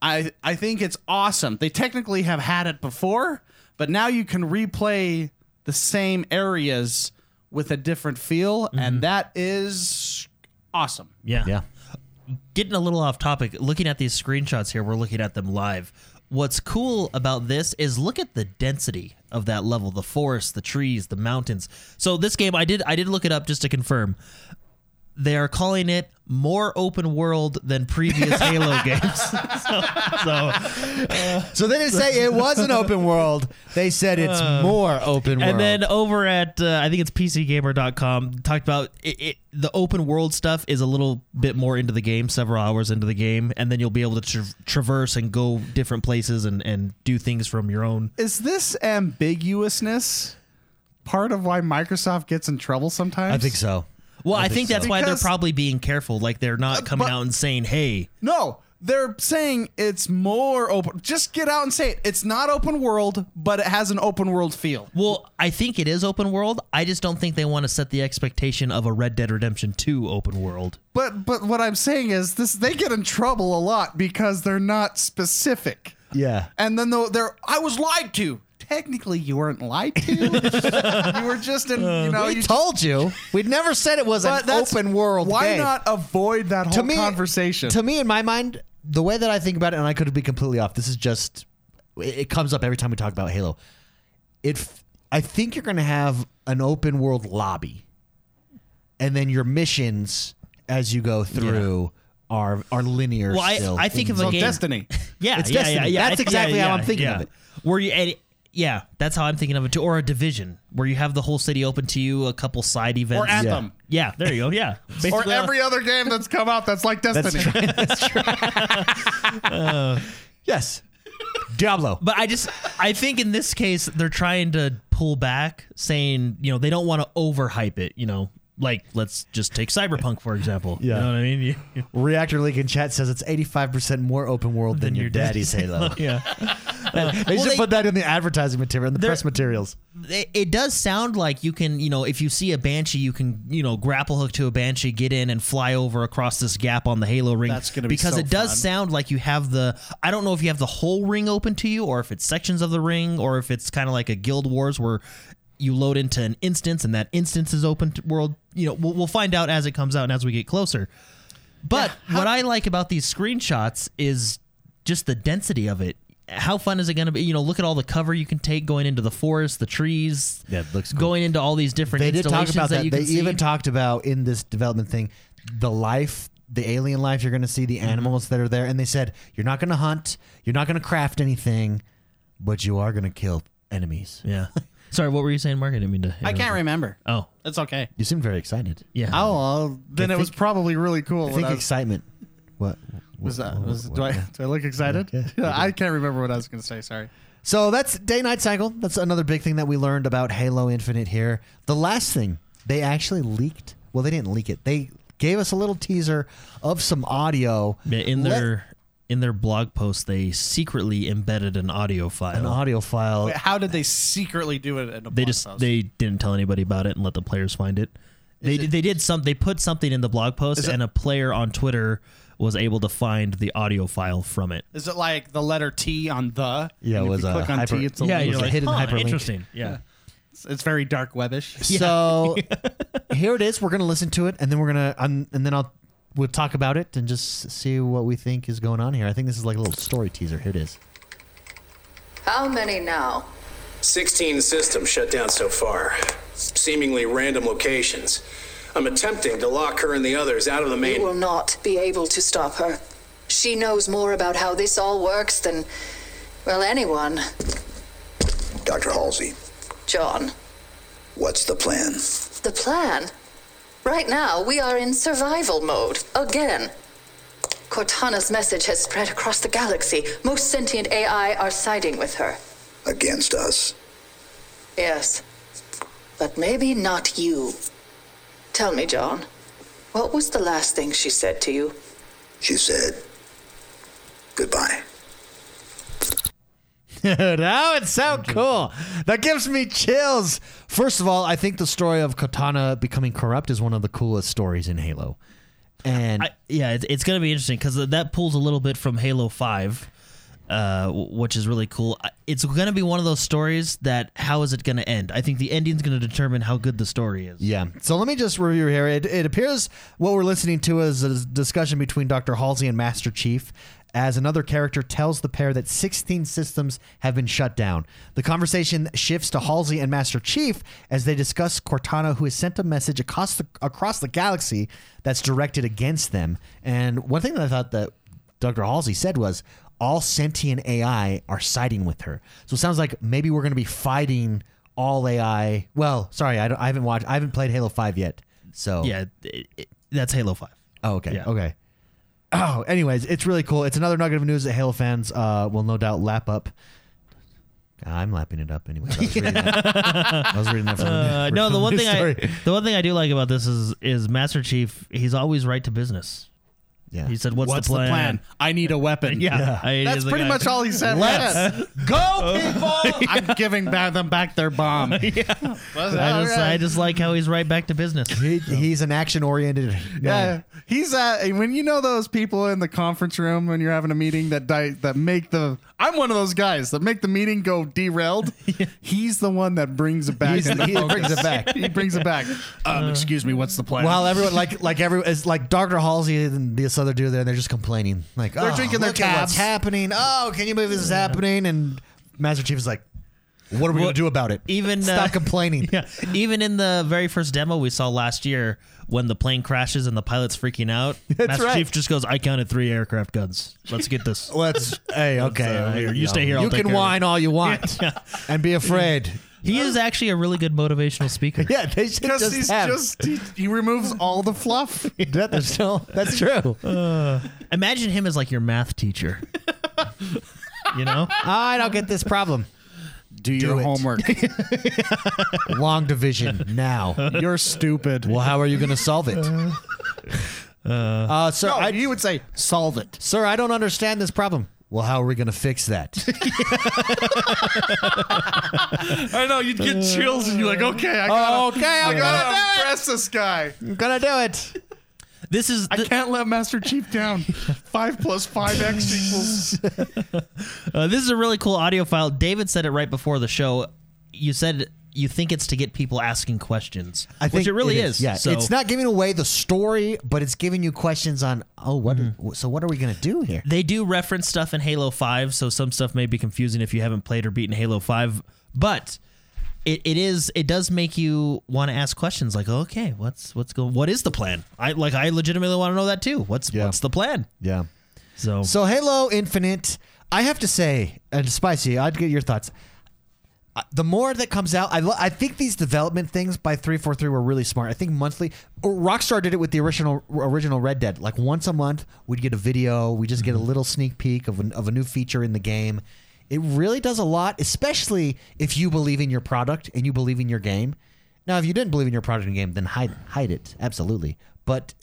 C: I I think it's awesome. They technically have had it before, but now you can replay the same areas with a different feel,
A: Mm-hmm.
C: and that is awesome.
D: yeah.
A: yeah
D: Getting a little off topic. Looking at these screenshots here, we're looking at them live. What's cool about this is look at the density of that level, the forest, the trees, the mountains. So this game, I did I did look it up just to confirm. They are calling it more open world than previous Halo games. so, so
A: So they didn't say it was an open world. They said it's more open world.
D: Uh, And then over at uh, I think it's pcgamer.com talked about it, it, the open world stuff is a little bit more into the game, several hours into the game, and then you'll be able to tra- traverse and go different places and and do things from your own.
C: Is this ambiguousness part of why Microsoft gets in trouble sometimes?
A: I think so.
D: Well, I, think, that's why they're
C: Because- Uh,
D: probably being careful, like they're not coming
C: but-
D: out and saying, "Hey,
C: No, they're saying it's more open. Just get out and say it. It's not open world, but it has an open world feel.
D: well, I think it is open world. I just don't think they want to set the expectation of a Red Dead Redemption 2 open world."
C: But but what I'm saying is this: they get in trouble a lot because they're not specific.
A: Yeah.
C: And then though they're, I was lied to. Technically, you weren't lied to. you were just in, you know,
A: Uh, we
C: you
A: told you. We'd never said it was
C: But
A: an
C: that's-
A: open world.
C: Why
A: game.
C: not avoid that whole conversation?
A: To me, in my mind, the way that I think about it, and I could be completely off. This is just it, it comes up every time we talk about Halo. It. f- I think you're going to have an open world lobby, and then your missions as you go through are are linear.
D: Well, I-
A: still.
D: I think of a
A: So
C: Oh,
D: game-
C: Destiny.
D: Yeah,
A: It's
D: yeah, yeah,
A: Destiny.
D: yeah.
A: That's
D: I- yeah,
A: exactly how
D: yeah,
A: I'm thinking
D: yeah.
A: of it.
D: Where you, and it- yeah, that's how I'm thinking of it too. Or a division where you have the whole city open to you, a couple side events.
C: Or Anthem.
D: yeah, there you go. Yeah,
C: Or
D: Basically, uh,
C: every other game that's come out uh, that's like Destiny.
A: Yes. Diablo.
D: But I just, I think in this case they're trying to pull back, saying you know they don't want to overhype it. You know, like let's just take Cyberpunk for example.
A: Yeah.
D: you know what I mean. You-
A: Reactor League in chat says it's 85% more open world than, your, daddy's Halo.
D: yeah,
A: They
D: Well,
A: should
D: they-
A: put that in the advertising material, in the
D: They're-
A: press materials.
D: it, it does sound like you can, you know, if you see a banshee, you can, you know, grapple hook to a banshee, get in and fly over across this gap on the halo ring.
C: That's gonna be
D: because
C: so
D: it does
C: fun.
D: sound like you have the. I don't know if you have the whole ring open to you, or if it's sections of the ring, or if it's kind of like a Guild Wars where you load into an instance and that instance is open to world. You know, we'll, we'll find out as it comes out and as we get closer. But what I like about these screenshots is just the density of it. How fun is it going to be? You know, look at all the cover you can take going into the forest, the trees.
A: Yeah, it looks cool.
D: Going into all these different
A: They did talk
D: installations
A: about
D: that,
A: that.
D: you
A: They
D: can see.
A: even talked about in this development thing the life, the alien life you're going to see,
D: Mm-hmm.
A: the animals that are there. And they said, you're not going to hunt, you're not going to craft anything, but you are going to kill enemies.
D: yeah. Sorry, what were you saying, Mark? I didn't mean to.
C: I can't
D: interrupt
C: remember.
D: you. Oh,
C: It's okay.
A: You seem very excited.
D: yeah.
C: Oh, well, then
A: I
C: it was
A: think-
C: probably really
A: I
C: cool. when
A: think
C: I was-
A: excitement. What?
C: was
A: what-
C: that?
A: what-
C: Was,
A: what-
C: do I do I look excited?
A: Yeah, you do.
C: I can't remember what I was going to say. Sorry.
A: So that's day night cycle. That's another big thing that we learned about Halo Infinite here. The last thing they actually leaked. Well, they didn't leak it. They gave us a little teaser of some audio
D: Yeah, in
A: Let-
D: their in their blog post, they secretly embedded an audio file.
A: an audio file.
C: Wait, how did they secretly do it? In a
D: they
C: blog
D: just
C: post?
D: they didn't tell anybody about it and let the players find it. They did they did some they put something in the blog post and a player on Twitter was able to find the audio file from it.
C: Is it like the letter T on the?
A: Yeah, it
C: And if
A: was
C: you
A: a
C: click on
A: hyper-
C: T. It's a
A: Yeah,
C: link.
A: you're like, hidden huh, hyperlink.
D: Interesting. Yeah.
C: It's, it's very dark webbish.
A: So here it is. We're gonna listen to it, and then we're gonna um, and then I'll we'll talk about it and just see what we think is going on here. I think this is like a little story teaser. Here it is.
E: How many now?
F: 16 systems shut down so far, seemingly random locations. I'm attempting to lock her and the others out of the
E: You will
F: main.
E: not be able to stop her. She knows more about how this all works than, well, anyone.
G: Dr. Halsey,
E: John,
G: what's the plan?
E: the plan. Right now, we are in survival mode, again. Cortana's message has spread across the galaxy. Most sentient AI are siding with her.
G: Against us.
E: Yes. But maybe not you. Tell me, John, what was the last thing she said to you?
G: She said, goodbye.
A: Dude, oh, it's so cool. That gives me chills. First of all, I think the story of Katana becoming corrupt is one of the coolest stories in Halo. And
D: I, yeah, it's, it's going to be interesting because that pulls a little bit from Halo 5, uh, w- which is really cool. I- It's going to be one of those stories that how is it going to end? I think the ending's going to determine how good the story is.
A: Yeah. So let me just review here. It, it appears what we're listening to is a discussion between Dr. Halsey and Master Chief as another character tells the pair that 16 systems have been shut down. The conversation shifts to Halsey and Master Chief as they discuss Cortana, who has sent a message across the, across the galaxy that's directed against them. And one thing that I thought that Dr. Halsey said was all sentient AI are siding with her. So it sounds like maybe we're going to be fighting all AI. Well, sorry, I, don't, I haven't watched, I haven't played Halo 5 yet.
C: Oh.
A: So,
D: Yeah, it, it, that's Halo 5.
A: Oh, okay.
D: Yeah.
A: Okay. Oh, anyways, it's really cool. It's another nugget of news that Halo fans uh, will no doubt lap up. I'm lapping it up anyway. I was reading that, I was reading that from
D: Uh, no, the
A: from
D: one
A: news
D: thing
A: story.
D: I the one thing I do like about this is is Master Chief. He's always right to business.
A: yeah.
D: He said, "What's,
C: What's
D: the, plan?
C: I need a weapon.
D: Yeah, I-
C: That's
D: he's the
C: pretty
D: guy.
C: much all he said. Let's go, people! I'm giving back them back their bomb.
D: I just, I just like how he's right back to business.
A: He- he's an action oriented.
C: Yeah, he's at when you know those people in the conference room when you're having a meeting that di- that make the I'm one of those guys that make the meeting go derailed. He's the one that brings it back.
A: He's-
C: into
A: he
C: focus.
A: brings it back.
C: he brings it back. Um, excuse me, what's the plan?
A: While everyone like like every is like Dr. Halsey and this other dude there, they're just complaining. Like
C: They're
A: "Oh,
C: drinking their
A: look at What's
C: cabs."
A: happening? Oh, can you believe this is happening? And Master Chief is like, "What are we gonna do about it?
D: even,
A: stop
D: uh,
A: complaining."
D: Yeah, even in the very first demo we saw last year, when the plane crashes and the pilot's freaking out, Master
A: right.
D: Chief just goes, "I counted three aircraft guns. Let's get this."
A: Let's. Hey, okay.
D: uh,
A: we-
D: you stay here, I'll
A: You
D: take
A: can
D: care of
A: whine all you want and be afraid.
D: he is actually a really good motivational speaker.
A: Yeah, they should
C: because
A: just
C: he's
A: have.
C: just he, he removes all the fluff.
A: that, that's, no, that's true.
D: Uh. Imagine him as like your math teacher. you know,
A: I don't get this problem.
C: Do your
A: it.
C: homework.
A: Long division now.
C: you're stupid.
A: Well, how are you going to solve it? Uh, sir,
C: No,
A: I,
C: he would say solve it.
A: sir, I don't understand this problem. Well, how are we going to fix that?
C: I know you'd get chills and you're like, Oh, okay, I gotta,
A: okay, I'm
C: I gotta
A: gonna do it.
C: impress this guy.
A: I'm gonna do it.
D: this is
C: I
D: th-
C: can't let Master Chief down. Five plus five X equals
D: Uh, this is a really cool audio file. David said it right before the show. You said you think it's to get people asking questions,
A: I think
D: which it really is.
A: Yeah,
D: So
A: it's not giving away the story, but it's giving you questions on. Oh, what? So what are we gonna do here?
D: They do reference stuff in Halo Five, so some stuff may be confusing if you haven't played or beaten Halo Five. But it, it is it does make you want to ask questions like, okay, what's what's going? What is the plan? I like I legitimately want to know that too. What's
A: Yeah.
D: what's the plan?
A: Yeah.
D: So,
A: So Halo Infinite, I have to say, and Spicy, I'd get your thoughts. uh, the more that comes out, I, lo- I think these development things by 343 were really smart. I think monthly, or Rockstar did it with the original original Red Dead. Like once a month, we'd get a video, we just get a little sneak peek of, an, of a new feature in the game. It really does a lot, especially if you believe in your product and you believe in your game. Now, if you didn't believe in your product and game, then hide hide it absolutely. But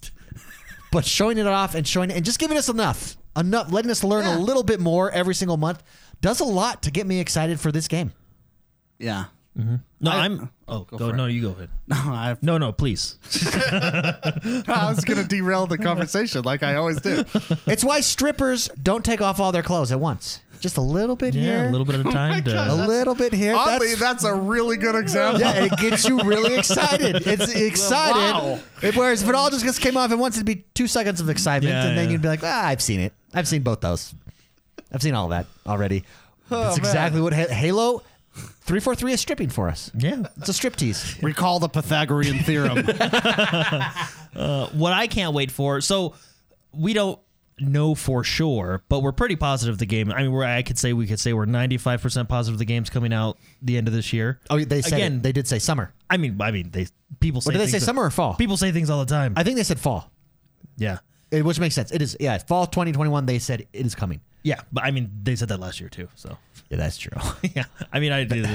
A: but showing it off and showing and just giving us enough, enough, letting us learn a little bit more every single month does a lot to get me excited for this game.
C: Yeah.
D: No, I, am Oh, go,
C: for it.
D: no, you go ahead.
C: No, I,
D: No, no, please.
C: I was gonna derail the conversation like I always do.
A: It's why strippers don't take off all their clothes at once. Just a little bit here,
D: Yeah, a little bit of time
A: a
D: to.
A: little bit here.
C: Oddly,
A: That's-
C: that's a really good example.
A: yeah, it gets you really excited. It's excited.
C: Wow.
A: It- whereas if it all just gets came off at once, it'd be two seconds of excitement,
D: Yeah,
A: and then
D: yeah.
A: you'd be like, "Ah, I've seen it. I've seen both those. I've seen all of that already."
D: Oh,
A: That's exactly what Ha- Halo three four three is stripping for us.
D: Yeah.
A: It's a striptease.
C: Recall the Pythagorean theorem.
D: What I can't wait for. So we don't know for sure, but we're pretty positive the game. I mean, we're, I could say we could say we're 95% positive the game's coming out the end of this year.
A: Oh, they said
D: Again,
A: it. they did say summer.
D: I mean, I mean, they people say.
A: Or did they say
D: things-
A: summer or fall?
D: People say things all the time.
A: I think they said fall,
D: yeah.
A: eh, which makes sense. It is yeah, fall twenty twenty one. They said it is coming.
D: Yeah, but I mean, they said that last year too. So
A: Yeah, that's true.
D: yeah, I mean, I did.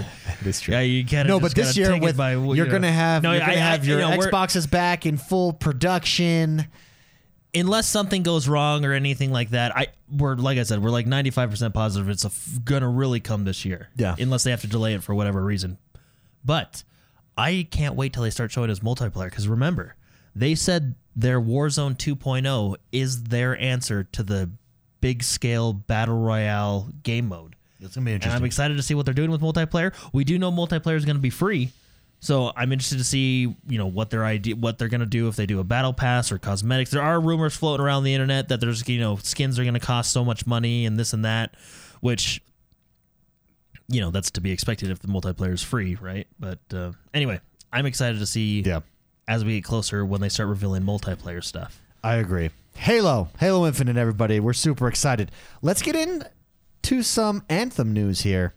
A: That's true.
D: Yeah, you can't.
A: no, but this year with
D: by,
A: you're
D: you know.
A: gonna have
D: No,
A: you're gonna
D: I- I-
A: have
D: you
A: your
D: know, we're-
A: Xboxes back in full production.
D: unless something goes wrong or anything like that, I we're like I said, we're like ninety five percent positive it's a f- gonna really come this year.
A: Yeah.
D: unless they have to delay it for whatever reason. But I can't wait till they start showing us multiplayer because remember they said their Warzone 2.0 is their answer to the big scale battle royale game mode.
A: It's gonna be
D: And I'm excited to see what they're doing with multiplayer. We do know multiplayer is going to be free, so I'm interested to see you know what their idea, what they're going to do if they do a battle pass or cosmetics. There are rumors floating around the internet that there's you know skins are going to cost so much money and this and that, which you know that's to be expected if the multiplayer is free, right? But uh, anyway, I'm excited to see
A: Yeah.
D: as we get closer when they start revealing multiplayer stuff.
A: I agree. Halo, Halo Infinite, everybody. We're super excited. Let's get in to some Anthem news here.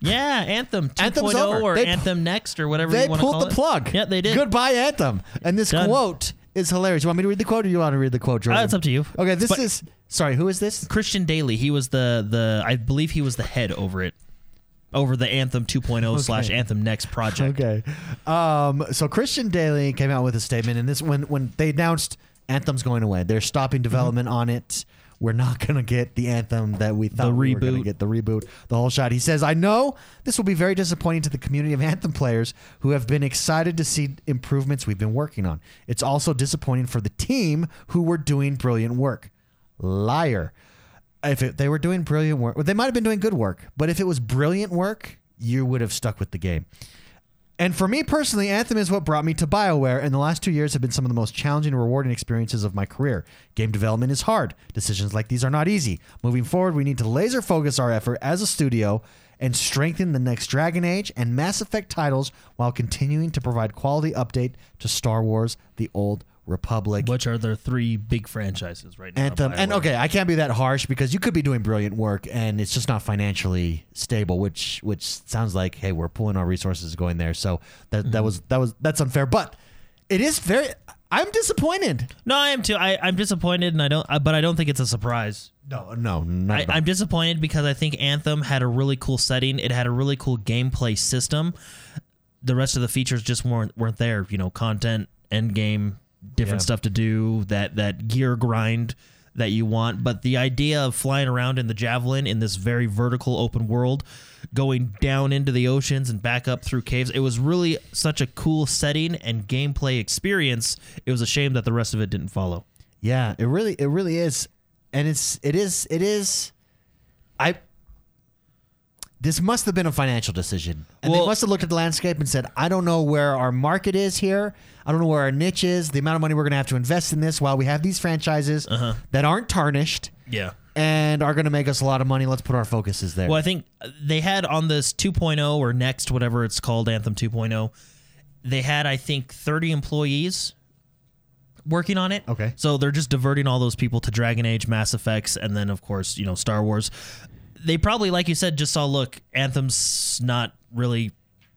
D: Yeah, Anthem 2.0
A: Anthem's over.
D: or
A: They pu-
D: Anthem Next or whatever
A: They
D: you want to
A: pulled
D: call
A: the
D: it.
A: plug.
D: Yeah, they did.
A: Goodbye, Anthem. And this
D: Done.
A: quote is hilarious. You want me to read the quote, or you want to read the quote, Jordan?
D: Uh, it's up to you.
A: Okay, this
D: But-
A: is. Sorry, who is this?
D: Christian Daly, he was the the I believe he was the head over it, over the Anthem 2.0 slash Anthem Next project.
A: Okay. Um, so Christian Daly came out with a statement, and this when when they announced Anthem's going away, they're stopping development on it. We're not going to get the anthem that we thought we were going to
D: reboot.
A: get. The reboot, the whole shot. He says, "I know this will be very disappointing to the community of Anthem players who have been excited to see improvements we've been working on. It's also disappointing for the team who were doing brilliant work." Liar. If it, they were doing brilliant work, well, they might have been doing good work, but if it was brilliant work, you would have stuck with the game. And for me personally, Anthem is what brought me to BioWare, and the last two years have been some of the most challenging and rewarding experiences of my career. Game development is hard. Decisions like these are not easy. Moving forward, we need to laser focus our effort as a studio and strengthen the next Dragon Age and Mass Effect titles while continuing to provide quality update to Star Wars The Old Republic.
D: Which are their three big franchises right now?
A: Anthem.
D: by
A: And
D: way.
A: okay, I can't be that harsh because you could be doing brilliant work and it's just not financially stable, which which sounds like hey, we're pulling our resources going there. So that that was that was that's unfair, but it is very I'm disappointed.
D: No, I am too. I, I'm disappointed, and I don't. I, but I don't think it's a surprise.
A: No, no, not
D: I,
A: at all.
D: I'm disappointed because I think Anthem had a really cool setting. It had a really cool gameplay system. The rest of the features just weren't weren't there. You know, content, end game, different
A: Yeah.
D: stuff to do, that that gear grind that you want. But the idea of flying around in the javelin in this very vertical open world, going down into the oceans and back up through caves, it was really such a cool setting and gameplay experience. It was a shame that the rest of it didn't follow.
A: Yeah, it really it really is. And it's it is it is I this must have been a financial decision. And they
D: Well-
A: must have looked at the landscape and said, I don't know where our market is here. I don't know where our niche is, the amount of money we're going to have to invest in this while we have these franchises
D: Uh-huh.
A: that aren't tarnished
D: Yeah.
A: and are going to make us a lot of money. Let's put our focuses there.
D: Well, I think they had on this 2.0 or next, whatever it's called, Anthem 2.0, they had, I think, 30 employees working on it.
A: Okay.
D: So they're just diverting all those people to Dragon Age, Mass Effects, and then, of course, you know, Star Wars. They probably, like you said, just saw, look, Anthem's not really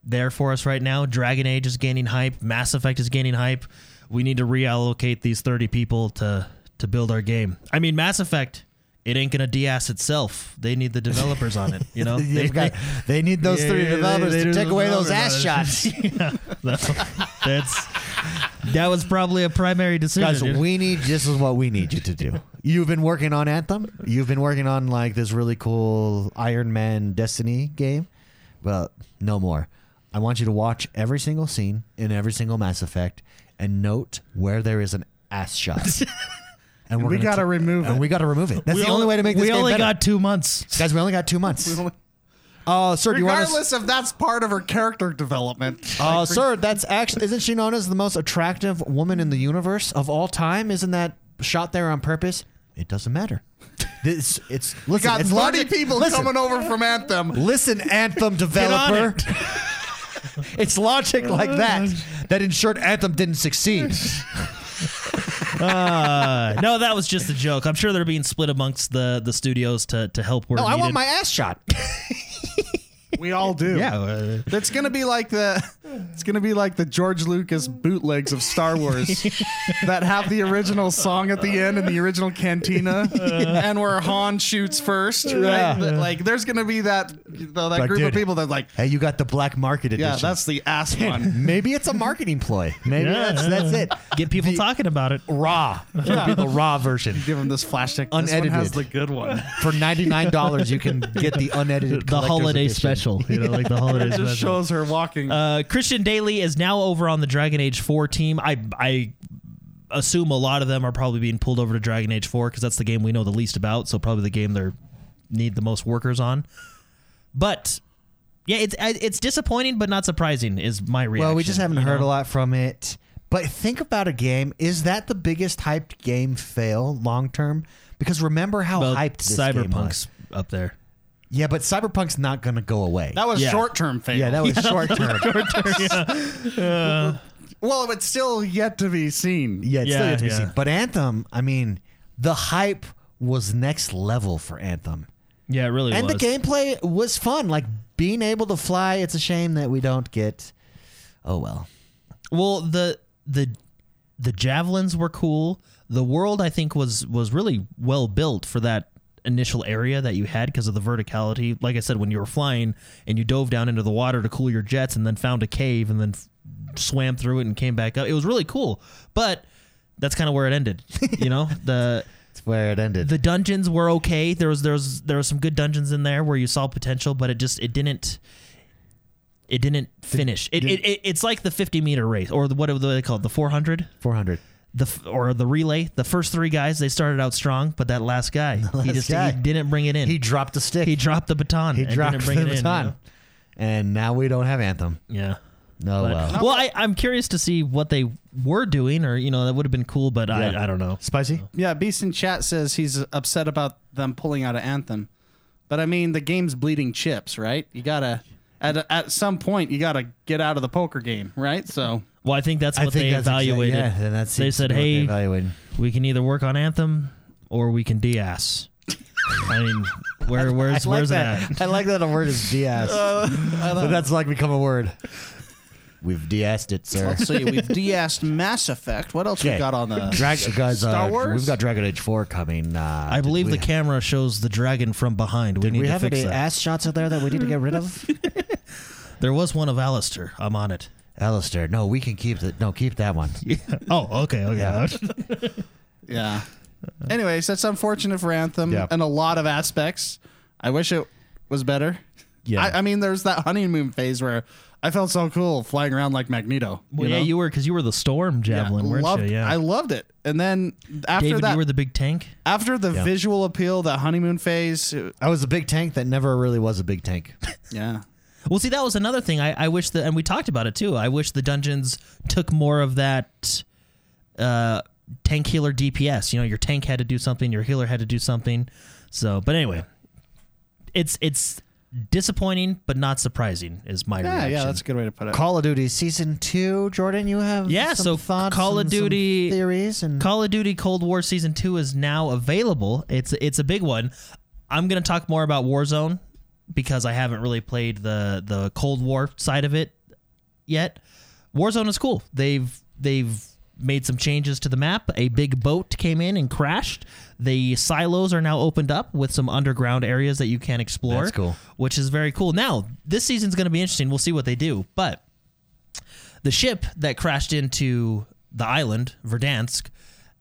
D: there for us right now. Dragon Age is gaining hype. Mass Effect is gaining hype. We need to reallocate these 30 people to to build our game. I mean, Mass Effect, it ain't gonna de-ass itself. They need the developers on it. You know,
A: They've got- they need those
D: Yeah,
A: three
D: yeah,
A: developers
D: they- they
A: to
D: do
A: take
D: the
A: away those ass
D: developers.
A: shots.
D: Yeah, so that's that was probably a primary decision.
A: Guys,
D: dude.
A: we need this is what we need you to do. You've been working on Anthem. You've been working on like this really cool Iron Man Destiny game. Well, no more. I want you to watch every single scene in every single Mass Effect and note where there is an ass shot. And
H: we
A: gonna
H: gotta
A: ta-
H: remove
A: And
H: it.
A: we got to remove it. That's
D: We
A: the only way to make this
D: We
A: game
D: only
A: better.
D: got two months.
A: Guys, we only got two months. Oh, sir, do you want us?
C: Regardless if that's part of her character development.
A: Uh, sir, that's actually isn't she known as the most attractive woman in the universe of all time? Isn't that shot there on purpose? It doesn't matter. This it's listen,
C: Got
A: it's
C: 30
A: logic-
C: people
A: listen,
C: coming over from Anthem.
A: Listen, Anthem
D: on
A: developer. it's logic like that that ensured Anthem didn't succeed.
D: Uh, no, that was just a joke. I'm sure they're being split amongst the the studios to to help where
A: No, I
D: needed.
A: want my ass shot.
H: We all do.
D: yeah. uh,
C: That's gonna be like the, it's gonna be like the George Lucas bootlegs of Star Wars that have the original song at the end and the original cantina, and where Han shoots first. Right? Like, there's gonna be that that
A: Like,
C: group
A: dude.
C: of people that like,
A: hey, you got the black market edition.
C: yeah, that's the ass one.
A: maybe it's a marketing ploy. Maybe
D: Yeah.
A: that's that's it.
D: Get people talking about it.
A: Raw. It'll be the raw version.
C: Give him this flash deck. This
A: Unedited.
C: one has the good one.
A: For ninety nine dollars, you can get the unedited
D: The
A: collector's
D: holiday
A: edition.
D: special, you know, like the holiday
C: It
D: special.
C: just shows her walking.
D: Uh, Christian Daly is now over on the Dragon Age 4 team. I I assume a lot of them are probably being pulled over to Dragon Age 4 because that's the game we know the least about. So probably the game they need the most workers on. But yeah, it's I- it's disappointing but not surprising is my reaction.
A: Well, we just haven't
D: you
A: heard
D: know?
A: a lot from it. But think about a game. Is that the biggest hyped game fail long term? Because remember how
D: Well,
A: hyped this game
D: Cyberpunk's
A: was.
D: up there.
A: Yeah, but Cyberpunk's not going to go away.
C: that was
D: yeah.
C: short term fail.
A: yeah, that was short term.
C: well, oh, it's still yet to be seen.
A: Yeah, it's still
D: Yeah,
A: yet to be
D: yeah.
A: seen. But Anthem, I mean, the hype was next level for Anthem.
D: Yeah, it really
A: and
D: was.
A: the gameplay was fun. Like being able to fly, it's a shame that we don't get. Oh, well.
D: Well, the the the javelins were cool. The world I think was was really well built for that initial area that you had because of the verticality. Like I said, when you were flying and you dove down into the water to cool your jets, and then found a cave and then f- swam through it and came back up. It was really cool, but that's kind of where it ended. You know the.
A: It's where it ended.
D: The dungeons were okay. There was there was there were some good dungeons in there where you saw potential, but it just it didn't it didn't finish. It, it, it it's like the 50 meter race or the, what do they call it? The 400,
A: 400.
D: the f- or the relay. The first three guys they started out strong, but that last guy he
A: last
D: just
A: guy.
D: he didn't bring it in.
A: He dropped the stick.
D: He dropped the baton.
A: He
D: and
A: dropped
D: didn't bring
A: the
D: it in, you
A: baton.
D: know?
A: And now we don't have Anthem.
D: Yeah.
A: No,
D: But-
A: well.
D: well, I, I'm curious to see what they were doing, or you know, that would have been cool, but I, I don't know.
A: Spicy?
C: Yeah, Beast in chat says he's upset about them pulling out of Anthem, but I mean the game's bleeding chips, right? You gotta at at some point you gotta get out of the poker game, right? So
D: Well, I think that's what they
A: that's exa-
D: evaluated.
A: yeah, and that's
D: they said,
A: what
D: "Hey,
A: evaluated.
D: we can either work on Anthem or we can de-ass. I mean, where, where's,
A: I like
D: where's
A: that.
D: that?
A: I like that a word is DS. but that's like become a word. We've DS'd it, sir.
C: let's see, we've de-assed Mass Effect. What else
A: Okay.
C: we got on the?
A: Drag- guys, uh,
C: Star Wars?
A: We've got Dragon Age 4 coming. Uh,
D: I
A: did
D: believe
A: we,
D: the camera shows the dragon from behind. We
A: Did
D: need
A: we
D: to
A: have
D: fix
A: any
D: that.
A: ass shots in there that we need to get rid of?
D: there was one of Alistair. I'm on it.
A: Alistair, no, we can keep the No, keep that one.
D: Oh, okay, okay.
C: Yeah. Anyways, that's unfortunate for Anthem
A: Yeah.
C: in a lot of aspects. I wish it was better.
A: Yeah.
C: I, I mean, there's that honeymoon phase where I felt so cool flying around like Magneto.
D: Well, yeah,
C: know?
D: you were because you were the storm javelin, weren't
C: loved,
D: you? Yeah,
C: I loved it. And then after
D: David,
C: that,
D: you were the big tank.
C: after the visual appeal, that honeymoon phase, it-
A: I was a big tank that never really was a big tank.
C: yeah.
D: Well, see, that was another thing. I, I wish that, and we talked about it too. I wish the dungeons took more of that uh, tank healer DPS. You know, your tank had to do something, your healer had to do something. So, but anyway, it's it's disappointing, but not surprising. Is my
C: Yeah,
D: reaction.
C: yeah, that's a good way to put it.
A: Call of Duty Season 2, Jordan, you have
D: Yeah,
A: some
D: so
A: thoughts
D: Call of
A: and some
D: Duty-
A: theories and
D: Call of Duty Cold War Season Two is now available. It's it's a big one. I'm gonna talk more about Warzone because I haven't really played the the Cold War side of it yet. Warzone is cool. They've they've made some changes to the map. A big boat came in and crashed. The silos are now opened up with some underground areas that you can explore.
A: That's cool.
D: Which is very cool. Now, this season's going to be interesting. We'll see what they do, but the ship that crashed into the island, Verdansk,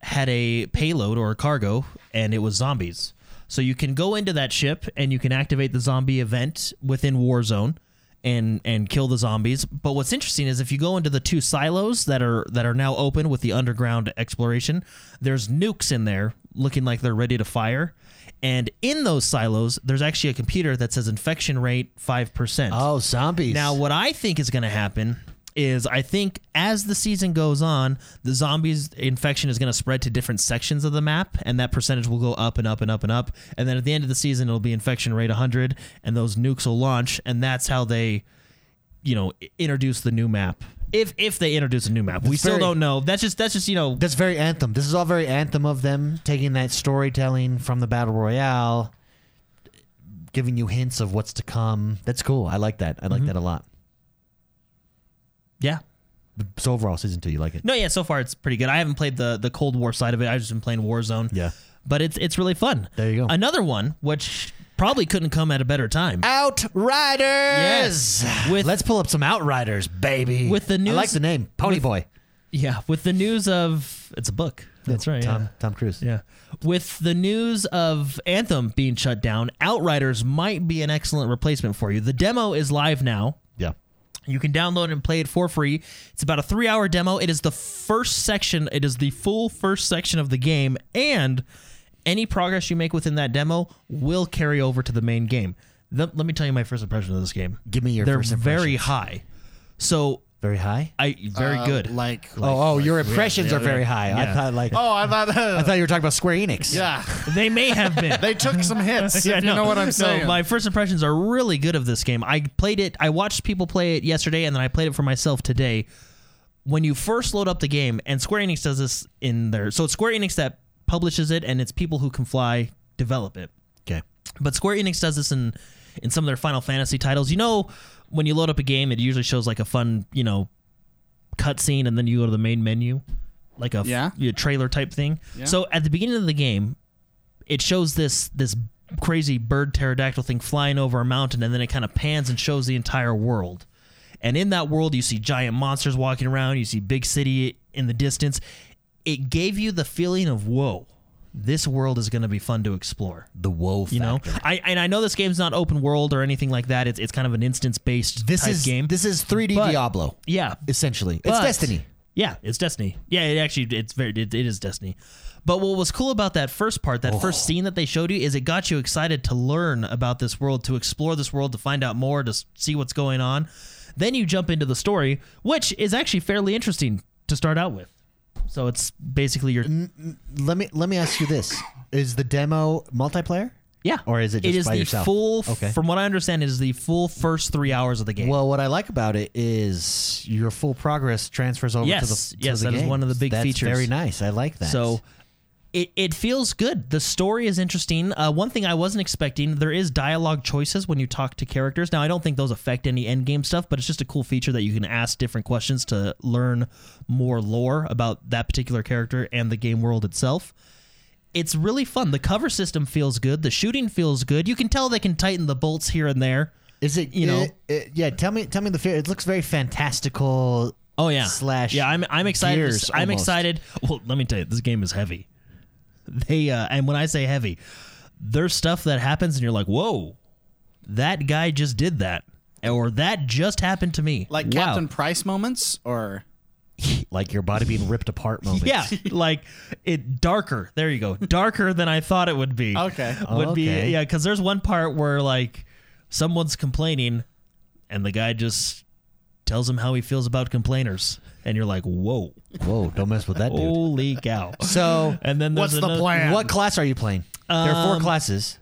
D: had a payload or a cargo, and it was zombies. So you can go into that ship and you can activate the zombie event within Warzone and and kill the zombies. But what's interesting is if you go into the two silos that are that are now open with the underground exploration, there's nukes in there looking like they're ready to fire. And in those silos, there's actually a computer that says infection rate five percent.
A: Oh, zombies.
D: Now, what I think is going to happen is I think as the season goes on, the zombies infection is going to spread to different sections of the map, and that percentage will go up and up and up and up. And then at the end of the season, it'll be infection rate 100, and those nukes will launch, and that's how they, you know, i- introduce the new map. If if they introduce a new map, we still
A: very-
D: don't know. That's just that's just you know
A: That's very anthem. This is all very anthem of them taking that storytelling from the battle royale, giving you hints of what's to come. That's cool. I like that. I
D: Mm-hmm.
A: like that a lot.
D: yeah.
A: So overall, season two, you like it?
D: No, yeah. So far, it's pretty good. I haven't played the the Cold War side of it. I've just been playing Warzone.
A: Yeah.
D: but it's it's really fun.
A: There you go.
D: Another one, which probably couldn't come at a better time.
A: Outriders.
D: Yes. With-
A: Let's pull up some Outriders, baby.
D: With the
A: I like
D: news-
A: the name Pony
D: with-
A: Boy.
D: Yeah, with the news of it's a book. That's right.
A: Tom Tom Cruise.
D: Oh, Yeah. yeah. With the news of Anthem being shut down, Outriders might be an excellent replacement for you. The demo is live now.
A: Yeah.
D: You can download and play it for free. It's about a three hour demo. It is the first section, it is the full first section of the game, and any progress you make within that demo will carry over to the main game. Th- let me tell you my first impression of this game.
A: Give me your
D: They're
A: first
D: very
A: impressions. Uh,
D: high. So
A: Very high.
D: I very good.
C: Uh, Like,
A: oh, oh, your impressions are very high. I thought like
H: Oh, I thought.
A: I thought you were talking about Square Enix.
H: yeah,
D: they may have been.
H: they took some hits.
D: Yeah,
H: if you know what I'm saying.
D: No, my first impressions are really good of this game. I played it. I watched people play it yesterday, and then I played it for myself today. When you first load up the game, and Square Enix does this in their so it's Square Enix that publishes it, and it's people who can fly develop it.
A: Okay.
D: But Square Enix does this in in some of their Final Fantasy titles. You know, when you load up a game, it usually shows like a fun, you know, cutscene, and then you go to the main menu, like a f-
C: Yeah.
D: a trailer type thing. So at the beginning of the game, it shows this this crazy bird pterodactyl thing flying over a mountain, and then it kind of pans and shows the entire world. And in that world, you see giant monsters walking around. You see big city in the distance. It gave you the feeling of whoa, this world is going to be fun to explore
A: The woe.
D: you know i and i know this game's not open world or anything like that it's, it's kind of an instance based
A: this
D: type
A: is
D: game
A: This is 3D
D: But-
A: Diablo
D: yeah
A: essentially. it's
D: but-
A: Destiny.
D: yeah it's destiny yeah it actually it's very it, it is destiny but what was cool about that first part that first
A: Oh.
D: scene that they showed you is it got you excited to learn about this world to explore this world to find out more to s- see what's going on then you jump into the story which is actually fairly interesting to start out with so it's basically your
A: Let me let me ask you this: Is the demo multiplayer?
D: yeah
A: Or is it just
D: it is
A: by
D: the
A: yourself?
D: full
A: Okay.
D: from what i understand it is the full first three hours of the game
A: Well, what I like about it is your full progress transfers over to
D: Yes,
A: the to
D: yes,
A: the
D: that is
A: games.
D: one of the big
A: That's
D: features.
A: Very nice. I like that.
D: So it, it feels good. The story is interesting. Uh, one thing I wasn't expecting, there is dialogue choices when you talk to characters. Now, I don't think those affect any end game stuff, but it's just a cool feature that you can ask different questions to learn more lore about that particular character and the game world itself. It's really fun. The cover system feels good. The shooting feels good. You can tell they can tighten the bolts here and there.
A: is it
D: you know-
A: it- it- yeah, tell me tell me the fear. It looks very fantastical.
D: Oh yeah.
A: Slash
D: Yeah, I'm I'm excited.
A: Gears,
D: I'm
A: almost.
D: excited. Well, let me tell you, this game is heavy. They uh and when I say heavy, there's stuff that happens and you're like, "Whoa. That guy just did that." Or that just happened to me.
C: like
D: Wow.
C: Captain Price moments, or
A: like your body being ripped apart moment.
D: Yeah, like it darker. There you go. Darker than I thought it would be.
C: Okay.
D: Would
A: Okay.
D: be yeah, cuz there's one part where like someone's complaining and the guy just tells him how he feels about complainers and you're like, "Whoa.
A: Whoa, don't mess with that dude.
D: Holy cow."
A: So
D: And then
H: What's
D: there's
H: the
D: another-
H: plan?
A: what class are you playing? there are four classes.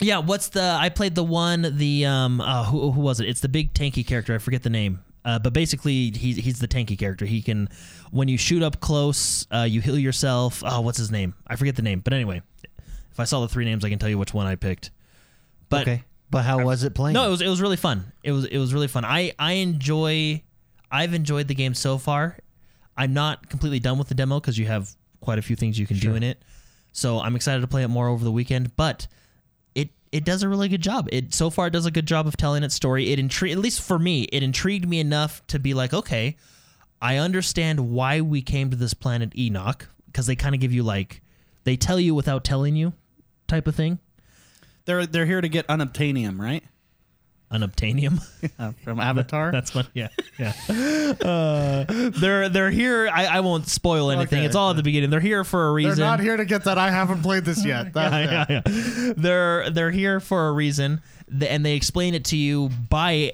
D: Yeah, what's the? I played the one the um uh, who who was it? It's the big tanky character. I forget the name. Uh, but basically, he's he's the tanky character. He can, when you shoot up close, uh, you heal yourself. Oh, what's his name? I forget the name. But anyway, if I saw the three names, I can tell you which one I picked. But
A: Okay. But how was it playing?
D: No, it was it was really fun. It was it was really fun. I I enjoy I've enjoyed the game so far. I'm not completely done with the demo because you have quite a few things you can do in it. So I'm excited to play it more over the weekend. But it it does a really good job. It so far it does a good job of telling its story. It intri- at least for me, it intrigued me enough to be like, okay, I understand why we came to this planet Enoch because they kind of give you like they tell you without telling you type of thing.
C: They're they're here to get unobtainium, right?
D: Unobtainium.
B: from Avatar.
D: That's what. Yeah, yeah. uh, they're they're here. I, I won't spoil anything.
H: Okay.
D: it's all at the beginning. They're here for a
H: They're
D: reason.
H: not here to get that. I haven't played this yet. That's it.
D: yeah, yeah. They're they're here for a reason, th- and they explain it to you by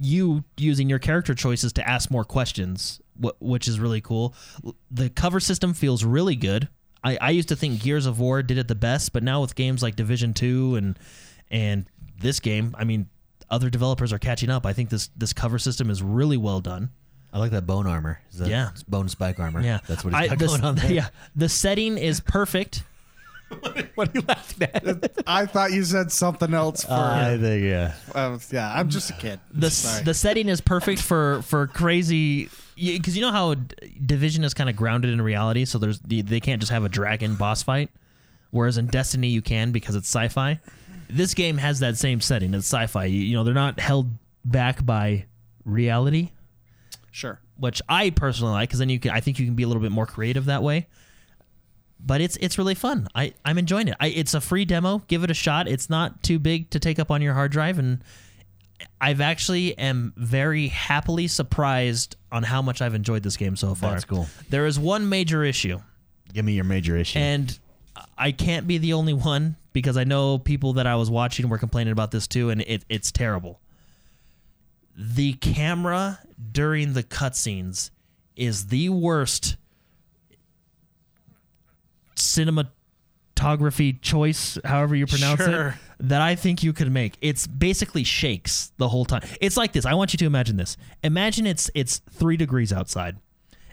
D: you using your character choices to ask more questions, wh- which is really cool. L- The cover system feels really good. I, I used to think Gears of War did it the best, but now with games like Division Two and and this game, I mean, other developers are catching up. I think this this cover system is really well done.
A: I like that bone armor. Is that-
D: Yeah.
A: it's bone spike armor.
D: Yeah,
A: that's what he's
D: I-
A: got
D: the-
A: going on there.
D: Yeah, the setting is perfect.
H: I thought you said something else for.
A: I think yeah.
H: uh, yeah, I'm just a kid.
D: the
H: Sorry.
D: the setting is perfect for for crazy because you know how D- division is kind of grounded in reality so there's they they can't just have a dragon boss fight whereas in destiny you can because it's sci-fi this game has that same setting it's sci-fi you, you know they're not held back by reality
C: Sure.
D: which i personally like because then you can i think you can be a little bit more creative that way but it's it's really fun. I I'm enjoying it. I, it's a free demo. Give it a shot. It's not too big to take up on your hard drive, and I've actually am very happily surprised on how much I've enjoyed this game so far.
A: That's cool.
D: There is one major issue,
A: Give me your major issue.
D: and I can't be the only one because I know people that I was watching were complaining about this too, and it, it's terrible. The camera during the cutscenes is the worst cinematography choice, however you pronounce it,
C: Sure.
D: that I think you could make. It's basically shakes the whole time. It's like this. I want you to imagine this. Imagine it's it's three degrees outside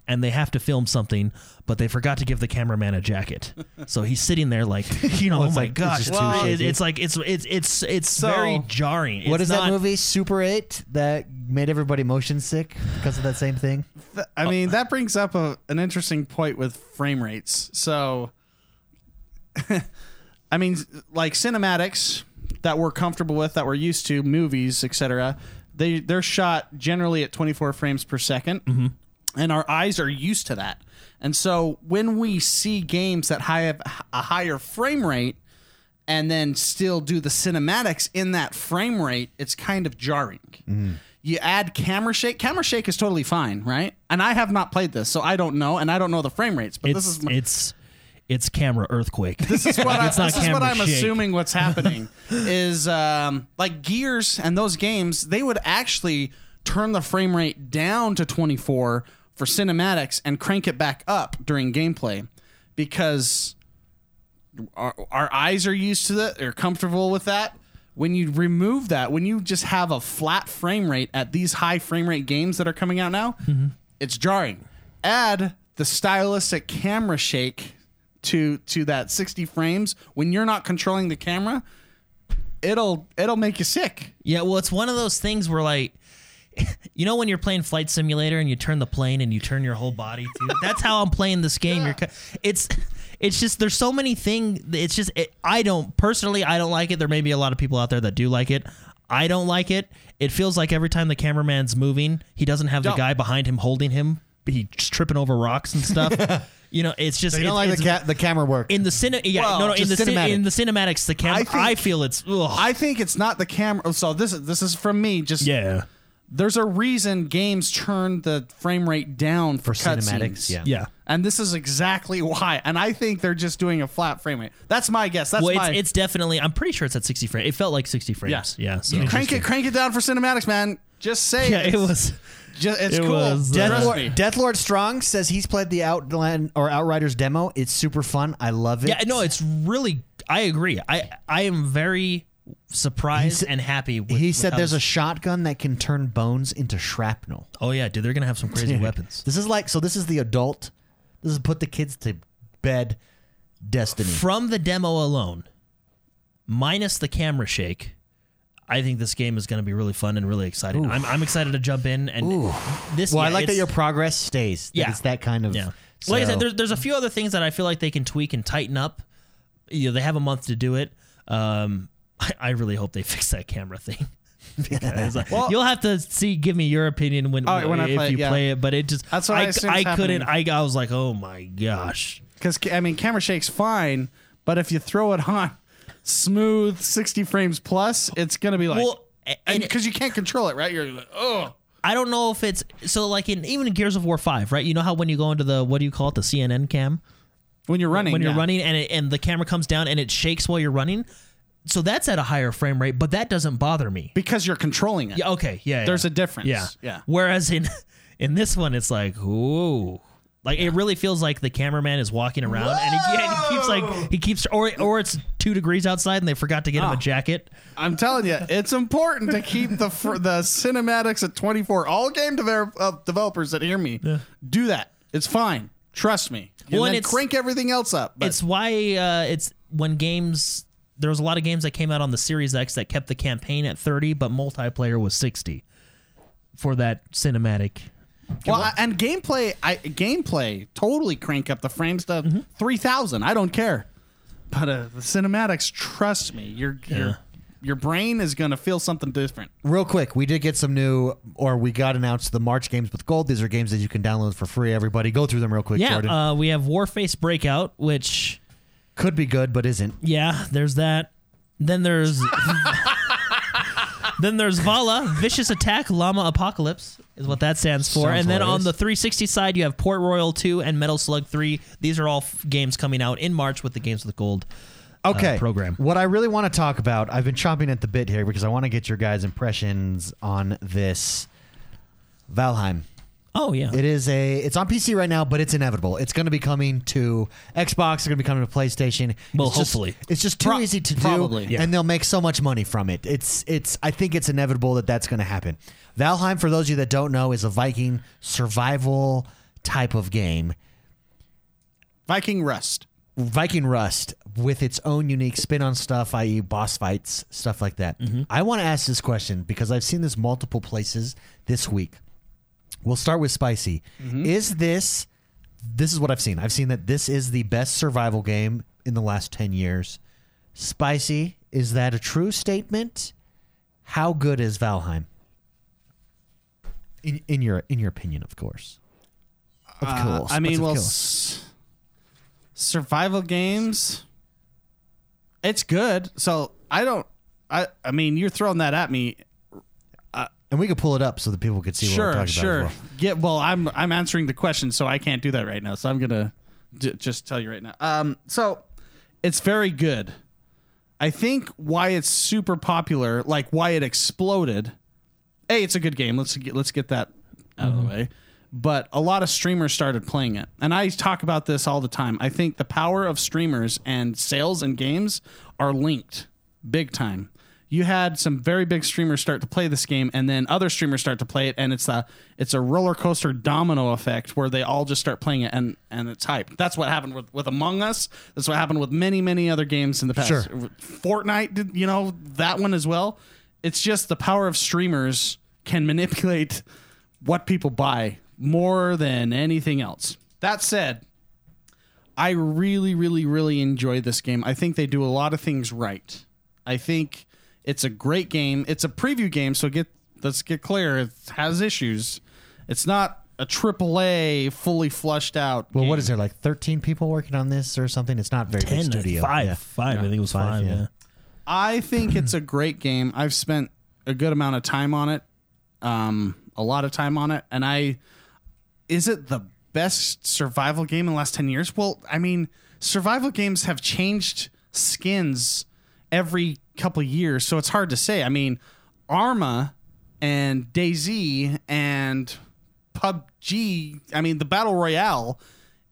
D: and they have to film something, but they forgot to give the cameraman a jacket. so he's sitting there like, you know, oh my gosh,
A: just
D: it's,
A: too
D: it's,
A: shaky.
D: like it's it's it's it's very jarring.
A: what
D: It's
A: is
D: not-
A: that movie? Super Eight that made everybody motion sick because of that same thing.
C: Th- I mean, that brings up a, an interesting point with frame rates. So, I mean, like cinematics that we're comfortable with, that we're used to, movies, etc. They they're shot generally at 24 frames per 2nd and our eyes are used to that. And so, when we see games that have a higher frame rate, and then still do the cinematics in that frame rate, it's kind of jarring. You add camera shake. Camera shake is totally fine, right? And I have not played this, so I don't know, and I don't know the frame rates. But
D: It's
C: this is my,
D: it's it's camera earthquake.
C: this is what, I,
D: it's not
C: this is what
D: camera
C: I'm
D: shake.
C: assuming what's happening is um, like Gears and those games, they would actually turn the frame rate down to 24 for cinematics and crank it back up during gameplay because our, our eyes are used to that, they're comfortable with that. When you remove that, when you just have a flat frame rate at these high frame rate games that are coming out now,
D: Mm-hmm.
C: it's jarring. Add the stylistic camera shake to to that 60 frames when you're not controlling the camera, it'll it'll make you sick.
D: Yeah, well, it's one of those things where like. You know when you're playing flight simulator and you turn the plane and you turn your whole body to That's how I'm playing this game. You're, ki- it's, it's just there's so many things. It's just it, I don't personally I don't like it. There may be a lot of people out there that do like it. I don't like it. It feels like every time the cameraman's moving, he doesn't have the
C: Don't.
D: guy behind him holding him. He's tripping over rocks and stuff. you know, it's just
A: You
D: it's-
A: don't like
D: it's-
A: the, ca- the camera work.
D: in the cine. Yeah,
C: Well,
D: no, no, in
A: just
D: the cin-
A: cinematic.
D: in the cinematics, the camera. I,
C: I think-
D: feel it's. Ugh.
C: I think it's not the camera. oh, So this is this is from me. Just
D: yeah,
C: there's a reason games turn the frame rate down for,
A: For cinematics,
C: cutscenes.
A: yeah.
D: yeah.
C: And this is exactly why. And I think they're just doing a flat frame rate. That's my guess. That's
D: well,
C: my.
D: it's, it's definitely. I'm pretty sure it's at 60 frames. It felt like 60 frames. Yeah, yeah. So.
C: crank it, crank it down for cinematics, man. Just say
D: Yeah,
C: it.
D: it was.
C: Ju- it's
D: it
C: cool.
D: was, uh,
A: Death
C: Trust
A: Lord,
C: me.
A: Death Lord Strong says he's played the Outland or Outriders demo. It's super fun. I love it.
D: Yeah, no, it's really. I agree. I I am very surprised and happy. With,
A: He
D: with
A: said
D: how
A: there's a
D: this-
A: shotgun that can turn bones into shrapnel.
D: Oh yeah, dude, they're gonna have some crazy weapons.
A: This is like so. This is the adult. This is put the kids to bed. Destiny.
D: From the demo alone, minus the camera shake, I think this game is going to be really fun and really exciting. I'm, I'm excited to jump in and this.
A: Well, I
D: yeah,
A: like that
D: it's-
A: your progress stays. That
D: Yeah.
A: it's that kind of.
D: yeah. Like I
A: so-
D: said, there's there's a few other things that I feel like they can tweak and tighten up. You know, they have a month to do it. Um, I, I really hope they fix that camera thing. Because uh, you'll have to see. Give me your opinion when,
C: Oh, when I
D: if
C: play it,
D: you
C: yeah.
D: play it. But it just
C: That's what I assume's
D: I, couldn't. I, I was like, oh my gosh.
C: Because I mean, camera shake's fine, but if you throw it on smooth sixty frames plus, it's gonna be like
D: Well, a- and
C: because you can't control it, right? You're like, oh,
D: I don't know if it's so like in even in Gears of War Five, right? You know how when you go into the what do you call it, the CNN cam,
C: when you're running,
D: when you're
C: yeah.
D: running and it, and the camera comes down and it shakes while you're running. So that's at a higher frame rate, but that doesn't bother me.
C: because you're controlling it.
D: Yeah, okay, yeah.
C: There's
D: yeah.
C: a difference.
D: Yeah,
C: Yeah.
D: Whereas in in this one, it's like, ooh. Like it really feels like the cameraman is walking around, and he, yeah, and he keeps like he keeps, or or it's two degrees outside, and they forgot to get him a jacket.
C: I'm telling you, it's important to keep the fr- the cinematics at 24. All game develop- uh, developers that hear me do that. It's fine. Trust me. And
D: Well, and
C: then
D: it's-
C: crank everything else up. But
D: it's why uh, it's when games there was a lot of games that came out on the Series X that kept the campaign at 30 but multiplayer was 60 for that cinematic.
C: well, I- and gameplay, I gameplay totally crank up the frames to 3,000. I don't care. But uh, the cinematics, trust me, your your your brain is gonna feel something different.
A: Real quick, we did get some new, or we got announced the March games with gold. These are games that you can download for free. Everybody, go through them real quick.
D: Yeah,
A: Jordan.
D: uh, we have Warface Breakout which
A: could be good, but isn't.
D: yeah, there's that. Then there's Then there's Vala, Vicious Attack, Llama Apocalypse is what that stands for.
A: Sounds
D: and then on
A: hilarious.
D: the 360 side, you have Port Royal 2 and Metal Slug 3. These are all f- games coming out in March with the Games with Gold. uh,
A: Okay.
D: program.
A: What I really want to talk about, I've been chomping at the bit here because I want to get your guys' impressions on this Valheim.
D: Oh yeah.
A: It is a. It's on PC right now, but it's inevitable. It's going to be coming to Xbox. It's going to be coming to PlayStation.
D: Well,
A: It's just-
D: hopefully.
A: it's just too
C: Pro-
A: easy to do.
C: probably.
A: and they'll make so much money from it. It's. It's. I think it's inevitable that that's going to happen. Valheim, for those of you that don't know, is a Viking survival type of game.
C: Viking Rust.
A: Viking Rust with its own unique spin on stuff, i.e., boss fights, stuff like that.
C: Mm-hmm.
A: I want to ask this question because I've seen this multiple places this week. We'll start with Spicy.
C: Mm-hmm.
A: Is this, this is what I've seen. I've seen that this is the best survival game in the last 10 years. Spicy, is that a true statement? How good is Valheim? In, in your in your opinion, of course. Of course.
C: Uh, I
A: but
C: mean,
A: of
C: well,
A: course.
C: s- survival games. It's good. So I don't. I I mean, you're throwing that at me.
A: and we could pull it up so that people could see what we're
C: sure,
A: talking about. as
C: sure.
A: well.
C: Get well. I'm I'm answering the question, so I can't do that right now. So I'm gonna j- just tell you right now. Um. So it's very good. I think why it's super popular, like why it exploded. A, it's a good game. Let's get, let's get that out of the way. But a lot of streamers started playing it, and I talk about this all the time. I think the power of streamers and sales and games are linked big time. You had some very big streamers start to play this game, and then other streamers start to play it, and it's a it's a roller coaster domino effect where they all just start playing it, and and it's hype. That's what happened with, with Among Us. That's what happened with many many other games in the past.
A: Sure.
C: Fortnite did you know that one as well. It's just the power of streamers can manipulate what people buy more than anything else. That said, I really really really enjoy this game. I think they do a lot of things right. I think it's a great game. It's a preview game, so get let's get clear. It has issues. It's not a triple A fully flushed out.
A: Well,
C: game.
A: what is there like 13 people working on this or something? It's not very big studio.
D: Five,
A: Yeah.
D: five. I think it was
A: Five,
D: five.
A: yeah.
D: yeah.
C: I think it's a great game. I've spent a good amount of time on it, um, a lot of time on it, and I is it the best survival game in the last ten years? Well, I mean, survival games have changed skins every couple years, so it's hard to say. I mean, Arma and DayZ and PUBG. I mean, the battle royale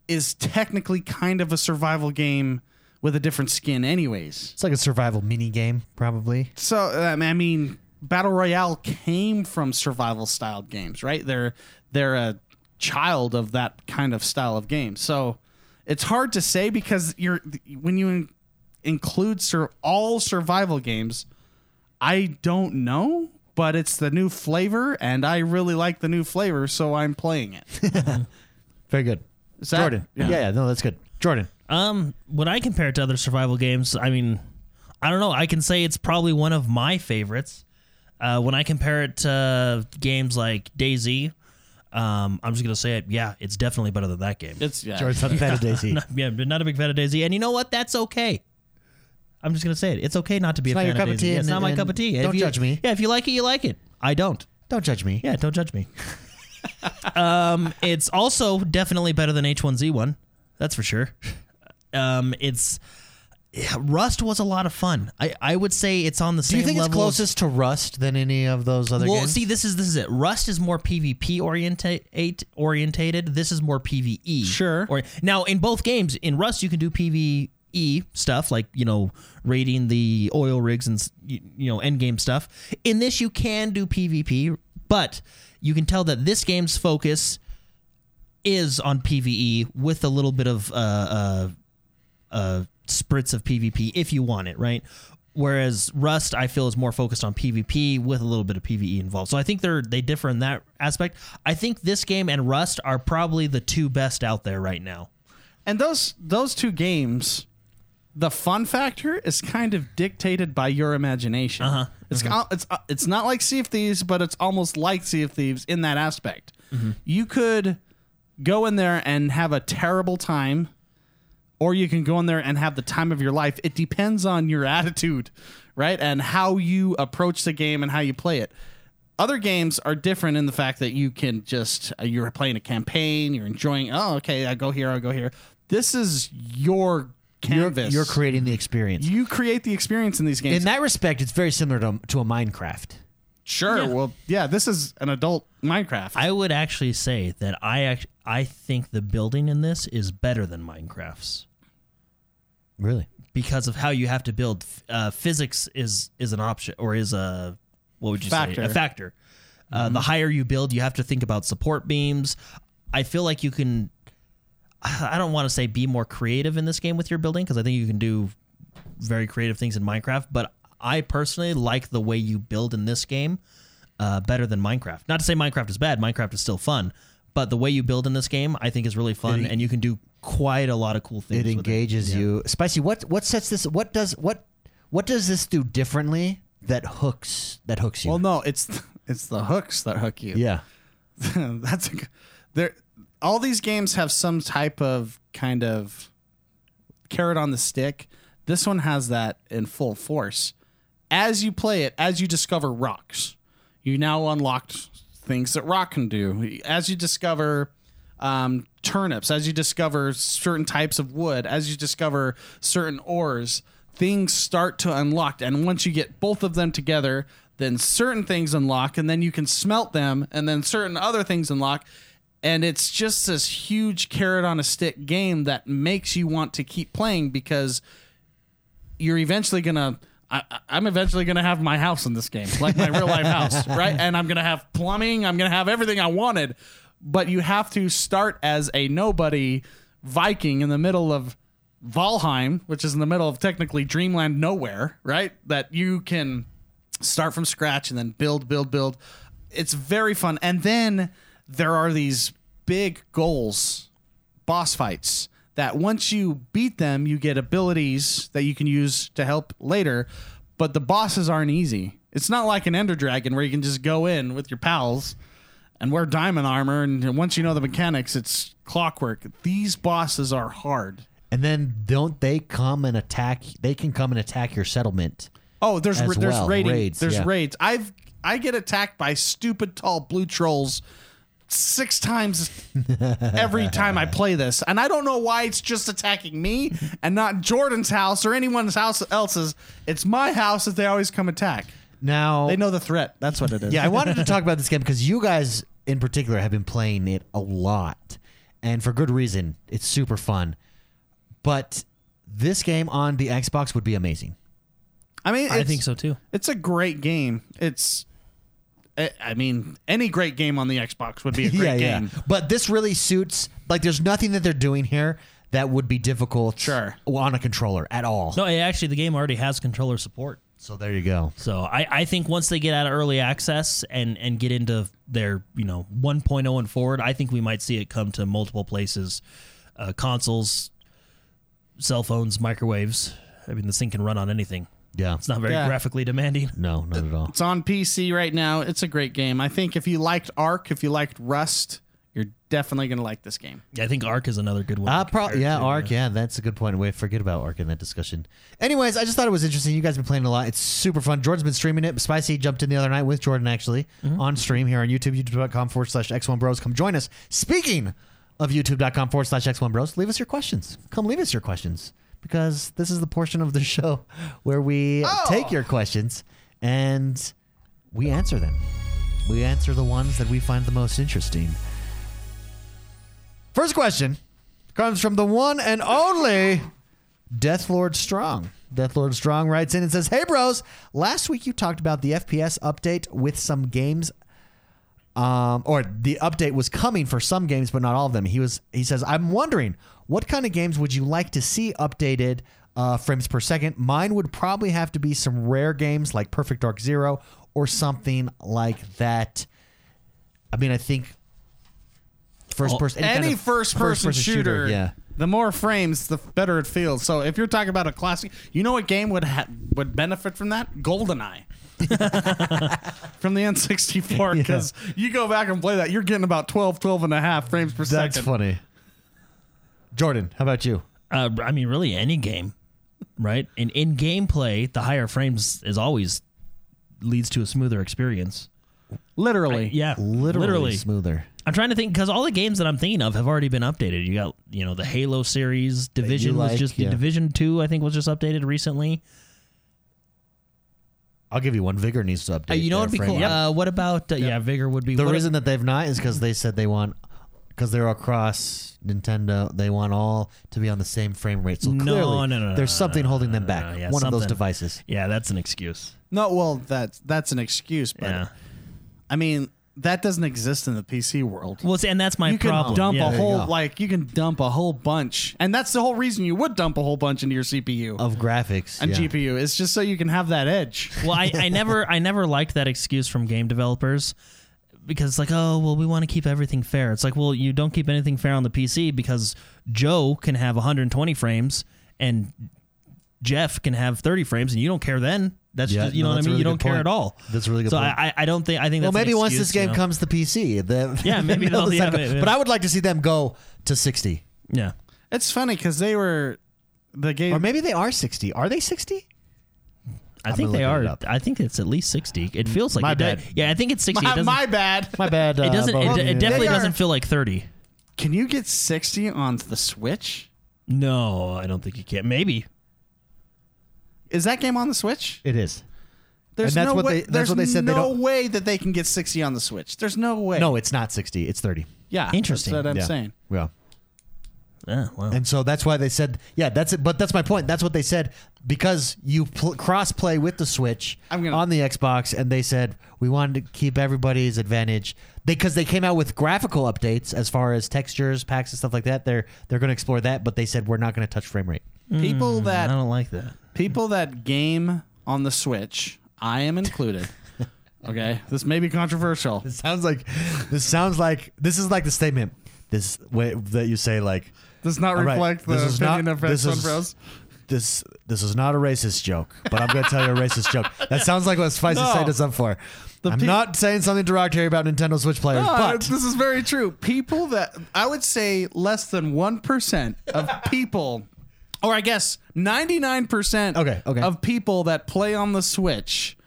C: is technically kind of a survival game with a different skin, anyways.
A: It's like a survival mini game, probably.
C: So um, I mean, battle royale came from survival style games, right? They're they're a child of that kind of style of game. So it's hard to say because you're when you in- include sur- all survival games, I don't know, but it's the new flavor, and I really like the new flavor, so I'm playing it.
A: Very good.
C: Is that-
A: Jordan. Yeah.
C: Yeah.
A: yeah, no, that's good. Jordan.
D: Um, when I compare it to other survival games, I mean, I don't know. I can say it's probably one of my favorites. Uh, when I compare it to games like Daisy, um, I'm just gonna say it. Yeah, it's definitely better than that game.
C: It's yeah.
A: Jordan's on Feta Daisy.
D: Not- yeah, but not a big fan of Daisy, and you know what? That's okay. I'm just gonna say it. It's okay not to be
A: It's not
D: a fan
A: your
D: of
A: cup of
D: Daisy.
A: tea
D: Yeah, it's
A: and-
D: not my
A: and
D: cup of tea. If
A: don't
D: you-
A: judge me.
D: Yeah, if you like it, you like it. I don't.
A: Don't judge me.
D: Yeah, don't judge me. um, it's also definitely better than H1Z1. That's for sure. Um, it's yeah, Rust was a lot of fun. I, I would say it's on the
A: Do
D: same
A: you think it's
D: level. as-
A: closest to Rust than any of those other
D: well,
A: games?
D: see, this is this is it. Rust is more PvP orientate orientated. This is more PvE.
C: Sure.
D: Or now in both games, in Rust you can do PvE stuff like you know raiding the oil rigs and s- you, you know end game stuff. In this, you can do PvP, but you can tell that this game's focus is on PvE with a little bit of uh, uh, uh, spritz of PvP if you want it, right? Whereas Rust, I feel, is more focused on PvP with a little bit of PvE involved. So I think they're they differ in that aspect. I think this game and Rust are probably the two best out there right now.
C: And those those two games, the fun factor is kind of dictated by your imagination. Uh-huh. It's al- it's uh, it's not like Sea of Thieves, but it's almost like Sea of Thieves in that aspect. You could go in there and have a terrible time, or you can go in there and have the time of your life. It depends on your attitude, right, and how you approach the game and how you play it. Other games are different in the fact that you can just uh, you're playing a campaign, you're enjoying. Oh, okay, I go here, I go here. This is your
A: you're,
C: canvas.
A: you're creating the experience.
C: You create the experience in these games.
A: in that respect, it's very similar to, to a Minecraft.
C: sure. Well, yeah, this is an adult Minecraft.
D: I would actually say that I act- I think the building in this is better than Minecraft's.
A: Really?
D: because of how you have to build. Uh, physics is is an option or is a what would you
C: Factor.
D: say a factor. Uh, The higher you build, you have to think about support beams. I feel like you can. I don't want to say be more creative in this game with your building because I think you can do very creative things in Minecraft. But I personally like the way you build in this game uh, better than Minecraft. Not to say Minecraft is bad. Minecraft is still fun. But the way you build in this game, I think, is really fun, and you can do quite a lot of cool things.
A: It
D: with it.
A: engages you. Spicy, what what sets this what does what what does this do differently that hooks that hooks you?
C: well, no, it's it's the hooks that hook you.
A: yeah.
C: that's a, g- there. All these games have some type of kind of carrot on the stick. This one has that in full force. As you play it, as you discover rocks, you now unlocked things that rock can do. As you discover um, turnips, as you discover certain types of wood, as you discover certain ores, things start to unlock. And once you get both of them together, then certain things unlock, and then you can smelt them, and then certain other things unlock. And it's just this huge carrot on a stick game that makes you want to keep playing because you're eventually gonna I, I- I'm eventually gonna have my house in this game, like my real life house, right? And I'm gonna have plumbing. I'm gonna have everything I wanted, but you have to start as a nobody Viking in the middle of Valheim, which is in the middle of technically Dreamland nowhere, right? That you can start from scratch and then build, build, build. It's very fun. And then there are these big goals boss fights that once you beat them, you get abilities that you can use to help later. But the bosses aren't easy. It's not like an Ender Dragon where you can just go in with your pals and wear diamond armor. And once you know the mechanics, it's clockwork. These bosses are hard.
A: And then don't they come and attack they can come and attack your settlement.
C: Oh, there's
A: As
C: there's
A: well,
C: raiding,
A: raids,
C: there's
A: yeah.
C: raids. I've I get attacked by stupid tall blue trolls six times every time I play this, and I don't know why it's just attacking me and not Jordan's house or anyone's house else's. It's my house that they always come attack.
A: Now
C: They know the threat. That's what it is.
A: Yeah, I wanted to talk about this game because you guys in particular have been playing it a lot. And for good reason. It's super fun. But this game on the Xbox would be amazing.
C: I mean,
D: I
C: it's-
D: think so too.
C: It's a great game. It's, I I mean, any great game on the Xbox would be a great game.
A: But this really suits like there's nothing that they're doing here that would be difficult
C: Sure.
A: on a controller at all.
D: No, it actually, the game already has controller support.
A: So there you go.
D: So I, I think once they get out of early access and, and get into their you know 1.0 and forward, I think we might see it come to multiple places, uh, consoles, cell phones, microwaves. I mean, this thing can run on anything.
A: Yeah.
D: It's not very
C: Yeah.
D: graphically demanding.
A: No, not at all.
C: It's on PC right now. It's a great game. I think if you liked Ark, if you liked Rust, you're definitely gonna like this game.
D: Yeah, I think Arc is another good one.
A: Uh,
D: to
A: pro-
D: compare
A: yeah,
D: to,
A: Ark.
D: uh,
A: Yeah, that's a good point. We forget about Ark in that discussion. Anyways, I just thought it was interesting. You guys have been playing a lot. It's super fun. Jordan's been streaming it. Spicy jumped in the other night with Jordan actually
D: Mm-hmm.
A: on stream here on YouTube, youtube.com forward slash X1 Bros. Come join us. Speaking of youtube.com forward slash X1 Bros, leave us your questions. Come leave us your questions because this is the portion of the show where we
D: Oh!
A: take your questions and we answer them. We answer the ones that we find the most interesting. First question comes from the one and only Death Lord Strong. Death Lord Strong writes in and says, Hey, bros, last week you talked about the FPS update with some games. Um, or the update was coming for some games, but not all of them. He was he says, I'm wondering what kind of games would you like to see updated uh, frames per second? Mine would probably have to be some rare games like Perfect Dark Zero or something like that. I mean, I think first person
C: Any,
A: kind of
C: first person
A: first-person
C: shooter,
A: yeah.
C: the more frames, the better it feels. So if you're talking about a classic, you know what game would ha- would benefit from that? GoldenEye. from the N64 cuz you go back and play that, you're getting about 12 12 and a half frames per
A: That's
C: second.
A: funny. Jordan, how about you?
D: Uh, I mean, really any game, right? And in gameplay, the higher frames is always leads to a smoother experience.
C: Literally.
D: Yeah,
A: Literally, smoother.
D: I'm trying to think because all the games that I'm thinking of have already been updated. You got you know the Halo series, Division
A: like,
D: was just
A: yeah.
D: the Division Two, I think was just updated recently.
A: I'll give you one. Vigor needs to update.
D: Uh, you know
A: their
D: what'd be
A: frame
D: cool?
A: rate.
D: Uh, what about uh, yeah, Vigor would be
A: The
D: what-
A: reason that they've not is because they said they want, because they're across Nintendo, they want all to be on the same frame rate. So
D: No,
A: clearly,
D: no, no, no,
A: there's
D: no,
A: something
D: no,
A: holding them
D: no, no,
A: back.
D: no, yeah,
A: one of those
D: something.
A: devices.
D: Yeah, that's an excuse.
C: No, well, that's that's an excuse, but
D: Yeah.
C: I mean, that doesn't exist in the PC world.
D: Well, see, and that's my
C: you can
D: problem.
C: dump
D: yeah.
C: a
A: you
C: whole
A: go.
C: like you can dump a whole bunch, and that's the whole reason you would dump a whole bunch into your CPU
A: Of graphics
C: and
A: yeah.
C: GPU. It's just so you can have that edge.
D: well, I, I never I never liked that excuse from game developers because it's like, oh well, we want to keep everything fair. It's like, well, you don't keep anything fair on the PC because Joe can have 120 frames and Jeff can have 30 frames, and you don't care then. That's
A: Yeah,
D: just, you
A: no,
D: know what I
A: that's a
D: mean.
A: really
D: you don't
A: good
D: care
A: point.
D: at all.
A: That's a really good
D: So
A: point.
D: I I I don't think I think
A: Well,
D: that's an
A: maybe once
D: excuse,
A: this game
D: you know?
A: comes to PC, the,
D: Yeah, maybe
A: they'll
D: they'll-
A: decide
D: yeah,
A: to go-
D: yeah.
A: But I would like to see them go to 60,
D: yeah.
C: It's funny because they were the game.
A: or maybe they are 60. Are they 60?
D: I
A: I'm
D: think
A: gonna
D: they
A: look it
D: are.
A: up.
D: I think it's at least 60. It feels like
A: My
D: it does-
A: bad.
D: Yeah, I think it's 60. it
C: my,
D: doesn't.
C: my bad.
A: My bad.
D: it
A: uh,
D: doesn't.
A: both
D: It,
A: of
D: it
A: you.
D: definitely
C: They are-
D: doesn't feel like 30.
C: Can you get sixty on the Switch?
D: No, I don't think you can. Maybe.
C: Is that game on the Switch?
A: It is.
C: There's
A: that's
C: no
A: what
C: way.
A: they- that's
C: there's
A: what they said they
C: no
A: don't-
C: way that they can get sixty on the Switch. There's no way.
A: No, it's not 60. It's 30.
C: Yeah.
D: Interesting.
C: That's what I'm
A: yeah.
C: saying.
A: Yeah.
D: Yeah, well.
A: And so that's why they said, yeah, that's it. But that's my point. That's what they said because you pl- cross play with the Switch
C: I'm gonna-
A: on the Xbox, and they said we wanted to keep everybody's advantage because they came out with graphical updates as far as textures, packs, and stuff like that. They're they're going to explore that, but they said we're not going to touch frame rate. Mm,
C: People
D: I
C: that
D: don't like that.
C: people that game on the Switch, I am included. Okay, this may be controversial.
A: It sounds like this sounds like this is like the statement this way that you say like
H: Does not
A: All right,
H: reflect the
A: this is
H: opinion
A: not-
H: of
A: this
H: X1
A: is-
H: Bros.
A: This this is not a racist joke, but I'm going to tell you a racist joke. That sounds like what Spicy
C: No.
A: signed us up for. I'm not saying something derogatory about Nintendo Switch players,
C: No,
A: but
C: this is very true. People that I would say less than one percent of people, or I guess ninety nine percent,
A: Okay, okay.
C: of people that play on the Switch,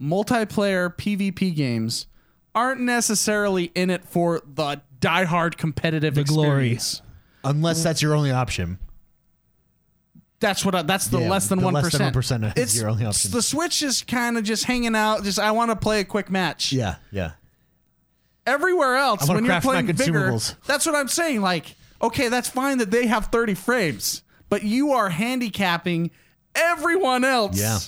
C: multiplayer PvP games aren't necessarily in it for the diehard competitive
D: The glory.
C: experience.
A: unless that's your only option.
C: That's what. I, that's the
A: Yeah,
C: less than
A: the
C: one
A: less than
C: percent.
A: 1% is
C: It's
A: your only option.
C: the Switch is kind of just hanging out. Just I want to play a quick match.
A: Yeah, yeah.
C: everywhere else
A: wanna
C: when you're
A: craft my
C: playing bigger,
A: consumables.
C: that's what I'm saying. Like, okay, that's fine that they have 30 frames, but you are handicapping everyone else
A: Yeah.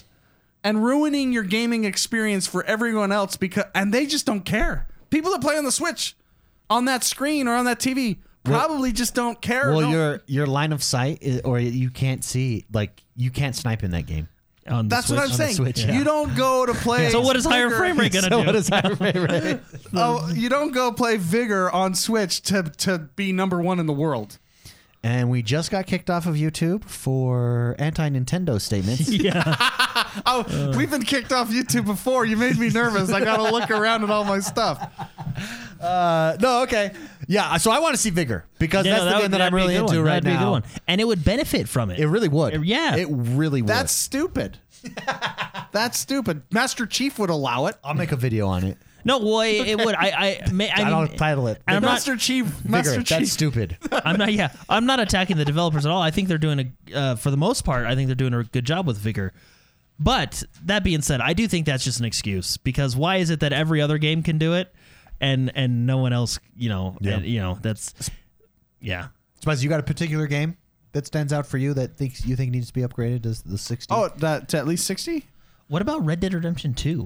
C: and ruining your gaming experience for everyone else because and they just don't care. People that play on the Switch on that screen or on that TV probably just don't care.
A: Well,
C: don't-
A: your your line of sight is, or you can't see like you can't snipe in that game.
D: on the
I: That's
D: Switch.
I: what I'm
A: on the
I: saying.
A: Switch, yeah.
I: You don't go to play.
D: So what is higher
I: Vigor-
D: frame rate gonna
A: So
D: do?
A: what is higher frame rate?
I: Oh,
C: You don't go play Vigor on Switch to to be number one in the world.
A: and we just got kicked off of YouTube for anti Nintendo statements.
C: Oh, we've been kicked off YouTube before. You made me nervous. I gotta look around at all my stuff.
A: Uh, no, okay, yeah. So I want to see Vigor because
D: Yeah,
A: that's the
D: would-
A: game that
D: that'd
A: I'm really
D: be a good
A: into
D: one.
A: right
D: That'd be a
A: now.
D: good one. And it would benefit from it.
A: It really would.
D: It- yeah.
A: it really would.
C: That's stupid. That's stupid. Master Chief would allow it.
A: I'll make a video on it.
D: no, well, it, it would. I, I, may, I,
A: I,
D: mean,
A: don't title it.
D: I'm not-
C: Master Chief. Master
A: Vigor.
C: Chief.
A: That's stupid.
D: I'm not. Yeah, I'm not attacking the developers at all. I think they're doing a, uh, for the most part, I think they're doing a good job with vigor. But that being said, I do think that's just an excuse because why is it that every other game can do it, and and no one else, you know,
A: Yeah.
D: and, you know, that's yeah.
A: Spice, you got a particular game that stands out for you that thinks you think needs to be upgraded as the 60?
C: Oh, that, to at least sixty.
D: What about Red Dead Redemption Two?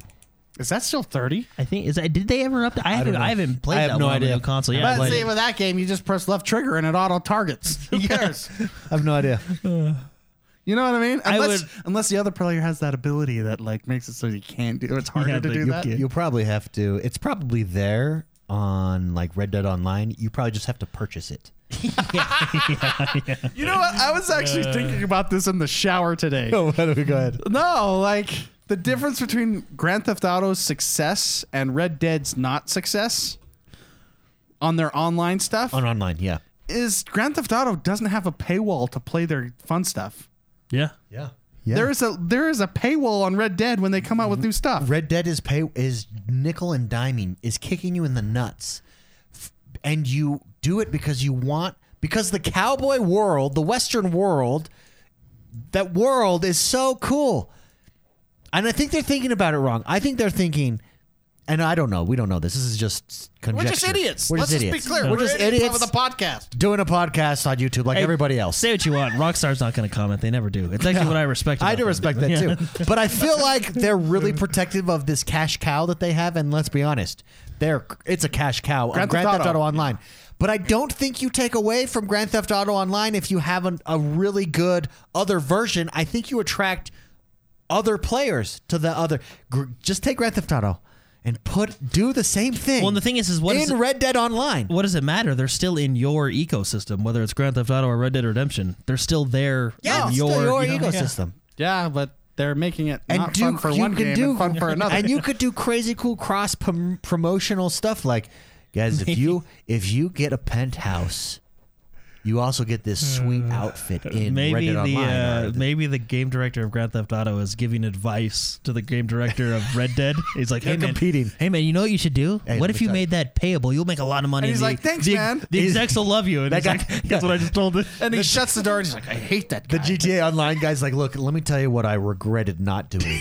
C: Is that still thirty?
D: I think is that did they ever up? I, haven't.
A: don't know.
D: I haven't played
A: I have
D: that
A: no
D: one on
A: idea.
D: the new console. Yeah,
C: But
D: but-
C: see, with that game, you just press left trigger and it auto targets. Who cares?
A: I have no idea.
C: You know what I mean?
D: I
C: Unless,
D: would-
C: unless the other player has that ability that like makes it so you can't do. It's harder
D: Yeah,
C: to
D: but
C: do
D: you
C: that.
D: can't.
A: You'll probably have to. It's probably there on like Red Dead Online. You probably just have to purchase it.
C: You know what? I was actually thinking about this in the shower today.
A: Oh, why don't we go ahead?
C: No, like the difference between Grand Theft Auto's success and Red Dead's not success on their online stuff
A: On online, yeah.
C: is Grand Theft Auto doesn't have a paywall to play their fun stuff.
D: yeah.
A: Yeah. Yeah.
C: There is a there is a paywall on Red Dead when they come out with new stuff.
A: Red Dead is pay is nickel and diming is kicking you in the nuts, F- and you do it because you want because the cowboy world, the Western world, that world is so cool, and I think they're thinking about it wrong. I think they're thinking. And I don't know. We don't know this. This is just conjecture. We're just idiots. We're, just idiots
C: podcast.
A: doing a podcast on YouTube like
D: Hey,
A: everybody else.
D: Say what you want. Rockstar's not going to comment. They never do. It's actually what I respect.
A: I
D: about
A: do
D: them.
A: respect that
D: Yeah.
A: too. But I feel like they're really protective of this cash cow that they have. And let's be honest, they're it's a cash cow. Grand,
C: Grand
A: Grand
C: Theft
A: Theft Auto
C: Auto.
A: Online. But I don't think you take away from Grand Theft Auto Online if you have an, a really good other version. I think you attract other players to the other. Gr- Just take Grand Theft Auto and put do the same thing.
D: Well, and the thing is, is what
A: in
D: is it-
A: Red Dead Online.
D: what does it matter? They're still in your ecosystem, whether it's Grand Theft Auto or Red Dead Redemption. They're still there
A: Yeah,
D: in
A: it's
D: your,
A: still your
D: you know?
A: ecosystem.
C: Yeah, but they're making it
A: and
C: not
A: do,
C: fun for
A: you
C: one
A: could
C: game
A: do,
C: and fun for another.
A: And you could do crazy cool cross prom- promotional stuff like, guys, if you if you get a penthouse, you also get this sweet outfit in Red
D: Uh, Maybe
A: Dead
D: the
A: Online.
D: uh,
A: or the-
D: maybe the game director of Grand Theft Auto is giving advice to the game director of Red Dead. He's like, "Hey man,
A: competing.
D: hey man, you know what you should do?
A: Hey,
D: what
A: let
D: if
A: me
D: you
A: tell you."
D: made that payable? You'll make a lot of money."
C: And he's
D: the-
C: like, "Thanks,
D: the-
C: man."
D: The execs will love you." And he's
A: guy-
D: like, "That's what I just told him."
C: and he shuts the door and he's like, I hate that
A: the
C: guy.
A: GTA Online guy's like, look, let me tell you what I regretted not doing.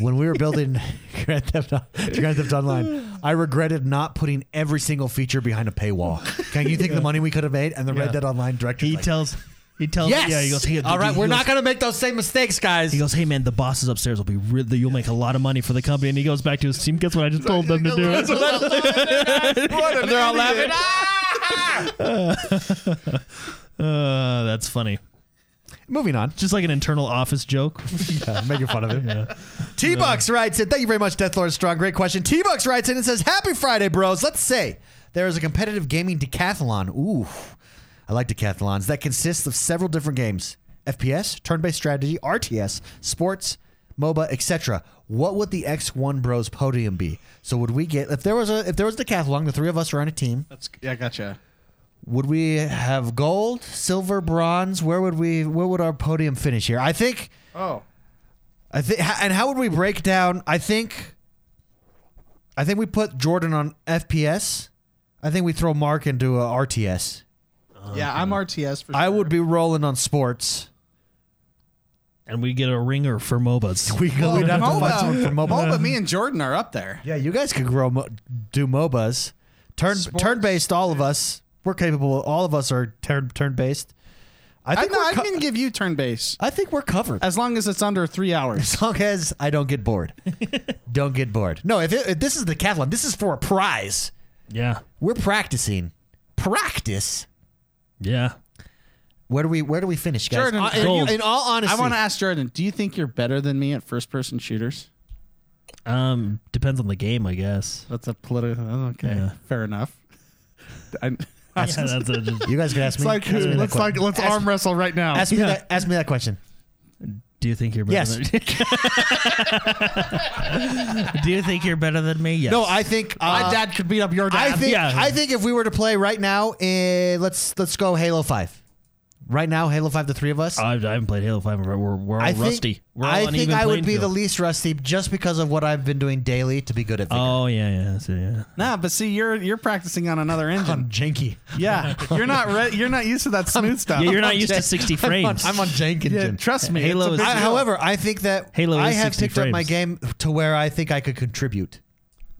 A: When we were building Grand Theft, Grand Theft Online, I regretted not putting every single feature behind a paywall. Can you think the money we could have made? And the Red
D: Yeah.
A: Dead Online director,
D: He
A: like,
D: tells, he tells,
A: yes,
D: yeah, he goes, "Hey,
A: all right,
D: he
A: we're
D: goes-
A: not going to make those same mistakes, guys.
D: He goes, "Hey man, the bosses upstairs will be really. You'll make a lot of money for the company." And he goes back to his team. Guess what? I just told them to do it.
C: And they're all laughing.
D: Uh, that's funny.
A: Moving on.
D: Just like an internal office joke.
A: yeah, making fun of it. T Bucks writes in. Thank you very much, Death Lord Strong. Great question. T Bucks writes in and says, "Happy Friday, bros. Let's say there is a competitive gaming decathlon. Ooh, I like decathlons that consists of several different games: FPS, turn-based strategy, RTS, sports." MOBA, etc. What would the X1 Bros podium be? So would we get if there was a if there was a decathlon, the three of us are on a team.
C: Yeah, gotcha.
A: Would we have gold, silver, bronze? Where would we? Where would our podium finish here? I think.
C: Oh.
A: I think. And how would we break down? I think. I think we put Jordan on FPS. I think we throw Mark into a RTS. Oh,
C: Yeah, I'm RTS for sure.
A: I would be rolling on sports.
D: and we get a ringer for MOBAs.
A: We go. We'd have to find someone for mobile.
C: MOBA, me and Jordan are up there.
A: Yeah, you guys could grow mo- do MOBAs. Turn turn based. All of us. We're capable. All of us are turn turn based. I
C: I,
A: think.
C: no,
A: we're
C: I
A: co-
C: can give you turn base
A: I think we're covered.
C: as long as it's under three hours.
A: as long as I don't get bored. don't get bored. No, if, it, if this is the decathlon, this is for a prize.
D: Yeah,
A: We're practicing. Practice.
D: yeah.
A: Where do we where do we finish, guys?
C: Jordan,
A: Uh, in-
C: gold.
A: in, all honesty,
C: I want to ask Jordan, do you think you're better than me at first person shooters?
D: Um, depends on the game, I guess.
C: That's a political. Okay,
D: Yeah.
C: fair enough. I,
D: Yeah, that's a, just-
A: you guys can ask me.
H: Like,
A: ask me that
H: let's like
A: question.
H: let's arm wrestle right now.
A: Ask me that. Ask me that question.
D: do you think you're better?
A: Yes.
D: than- do you think you're better than me? Yes.
A: No, I think uh,
C: my dad could beat up your
A: I
C: dad.
A: think
D: yeah.
A: I think if we were to play right now, eh, let's let's go Halo Five. Right now, Halo Five, the three of us.
D: I, I haven't played Halo Five. We're we're, Uh, we're all
A: I think,
D: rusty. We're all
A: I
D: on
A: think
D: even
A: I would
D: playing
A: be the
D: field.
A: least rusty just because of what I've been doing daily to be good at. Vigor.
D: Oh yeah, yeah, so, yeah.
C: nah, but see, you're you're practicing on another engine.
A: janky.
C: yeah,
H: You're not re- you're not used to that smooth stuff.
D: Yeah, you're not used to 60 frames.
A: I'm on janky.
H: Yeah,
A: Jim.
H: trust me.
D: Halo
H: it's a
D: is-
H: big
A: I,
H: deal.
A: however, I think that
D: Halo
A: I
D: is
A: have
D: 60
A: picked up my
D: frames.
A: game to where I think I could contribute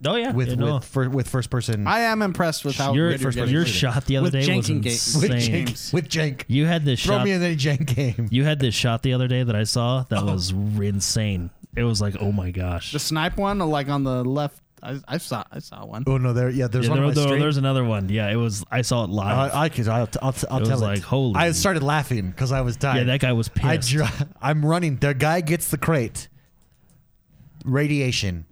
D: oh yeah,
A: with
D: yeah, no.
A: with, fir- with first person
H: I am impressed with how
D: your
H: good you're getting.
D: your, shot the other
C: With
D: day was
C: janking games.
A: with
D: insane.
A: jank, with jank.
D: You had this
A: Throw
D: shot.
A: me in Oh. any jank game.
D: you had this shot the other day that I saw that was insane. It was like, oh my gosh.
C: the snipe one, like on the left. I, I saw I saw one.
A: Oh no, there yeah, there's
D: Yeah,
A: one on
D: there-
A: my Uh,
D: there-
A: stream.
D: there's another one. Yeah, it was. I saw it live.
A: I, I could. I'll, t- I'll, t- I'll
D: It was
A: tell
D: like,
A: it.
D: holy-
A: I started laughing because I was dying.
D: yeah, that guy was
A: I
D: pissed.
A: dr- I'm running. The guy gets the crate. Radiation.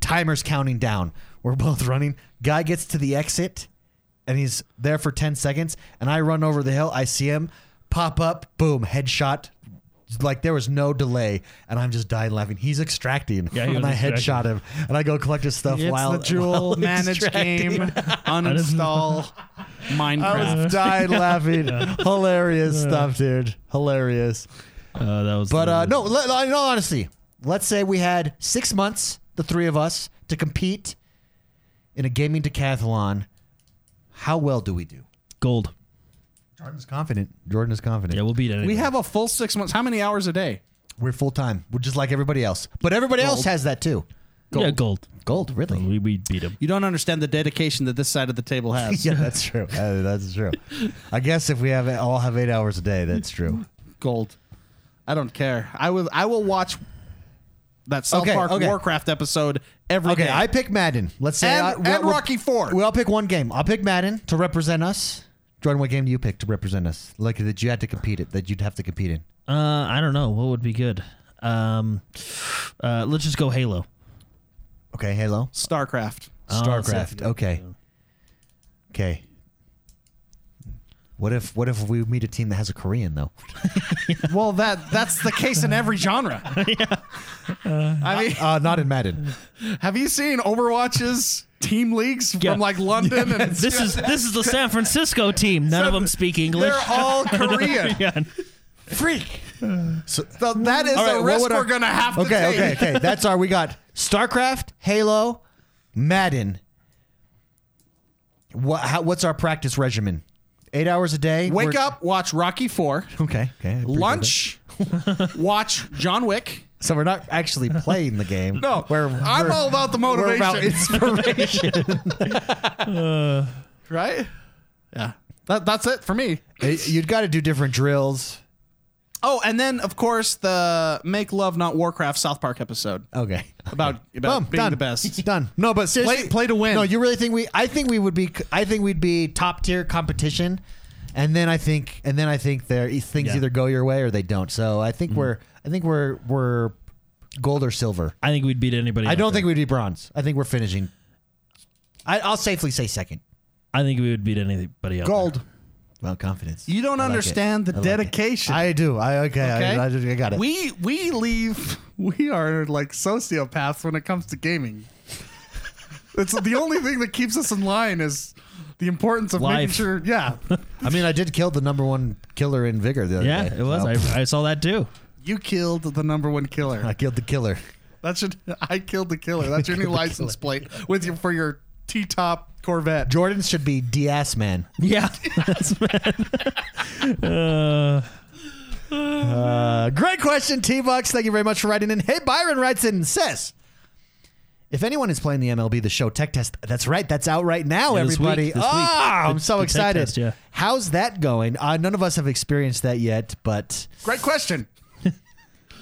A: Timer's counting down. We're both running. Guy gets to the exit and he's there for 10 seconds. And I run over the hill. I see him pop up. Boom. Headshot. Like there was no delay. And I'm just dying laughing. He's extracting.
D: Yeah, he
A: and I
D: was
A: headshot him. And I go collect his stuff
H: It's
A: while.
H: the
A: while
H: Jewel managed
A: extracting.
H: game. Uninstall
A: I
C: Uh,
H: Minecraft.
A: was dying laughing. Hilarious stuff, dude. Hilarious.
D: Uh, that was.
A: But uh, no, le- le- in all honesty, let's say we had six months, the three of us, to compete in a gaming decathlon. How well do we do?
D: gold.
A: Jordan's confident. Jordan is confident.
D: Yeah, we'll beat it.
C: We have a full six months. How many hours a day?
A: We're full time. We're just like everybody else. But everybody else has that too.
D: gold. Yeah, gold.
A: Gold, really?
D: We, we beat him.
C: You don't understand the dedication that this side of the table has.
A: yeah, that's true. Uh, that's true. I guess if we have all have eight hours a day, that's true.
C: Gold. I don't care. I will. I will watch that South
A: Okay,
C: Park
A: okay.
C: Warcraft episode every day.
A: Okay, I pick Madden. Let's say
C: And-
A: I,
C: and Rocky Four.
A: We all pick one game. I'll pick Madden to represent us. Jordan, what game do you pick to represent us? Like that you had to compete it that you'd have to compete in.
D: Uh, I don't know what would be good. Um, uh, let's just go Halo.
A: Okay, Halo.
C: Starcraft.
D: Oh, that's
A: StarCraft.
D: it.
A: okay. Okay. What if what if we meet a team that has a Korean though?
C: Well, that that's the case in every genre. I mean,
A: Uh, not in Madden.
C: have you seen Overwatch's team leagues
D: Yeah.
C: from like London? and
D: This is this is the San Francisco team. None of them speak English.
C: they're all Korean.
D: Yeah.
A: Freak. So,
C: So that is
A: All right,
C: a
A: what
C: risk
A: would our-
C: we're gonna have to
A: okay,
C: take.
A: okay, okay. That's our we got StarCraft, Halo, Madden. What how, what's our practice regimen? 8 hours a day.
C: Wake
A: We're-
C: up, watch Rocky Four.
A: Okay. Okay. I appreciate
C: Lunch, watch John Wick.
A: that. So we're not actually playing the game.
C: No,
A: We're,
C: I'm
A: we're-
C: all about the
A: we're
C: motivation,
A: about inspiration.
C: right? Yeah, that, that's it for me.
A: You'd got to do different drills.
C: Oh, and then of course the Make Love Not Warcraft South Park episode
A: Okay.
C: about about
A: Boom,
C: being
A: done.
C: the best.
A: Done. No, but seriously,
C: Play- play to win.
A: No, you really think we? I think we would be. I think we'd be top tier competition, and then I think, and then I think there things
D: Yeah.
A: either go your way or they don't. So I
C: Mm-hmm.
A: think we're, I think we're, we're gold or silver.
D: I think we'd beat anybody.
A: I
D: out
A: don't
D: there.
A: think we'd be bronze. I think we're finishing. I, I'll safely say second.
D: I think we would beat anybody else.
C: Gold.
A: Well, confidence.
C: You don't
A: I like it.
C: understand
A: I
C: the
A: like it.
C: dedication.
A: I do. I okay.
C: Okay?
A: I, I, just- I got it.
C: we we leave. We are like sociopaths when it comes to gaming. it's the only thing that keeps us in line is the importance of making
D: Life.
C: sure. Yeah,
A: I mean, I did kill the number one killer in vigor the other
D: Yeah,
A: day.
D: it was.
A: So-
D: I, I saw that too.
C: you killed the number one killer.
A: I killed the killer.
C: That should I killed the killer. That's your new license plate with your for your T top Corvette.
A: Jordan should be DS man.
D: Yeah, that's bad. uh,
A: Uh, great question, T Bucks. Thank you very much for writing in. Hey, Byron writes in and says, if anyone is playing the MLB The Show Tech Test, that's right, that's out right now,
D: Yeah, this
A: everybody.
D: week, this week.
A: Ah, I'm
D: The-
A: so
D: the tech
A: excited.
D: test, yeah.
A: How's that going? Uh, none of us have experienced that yet, but
C: Great question.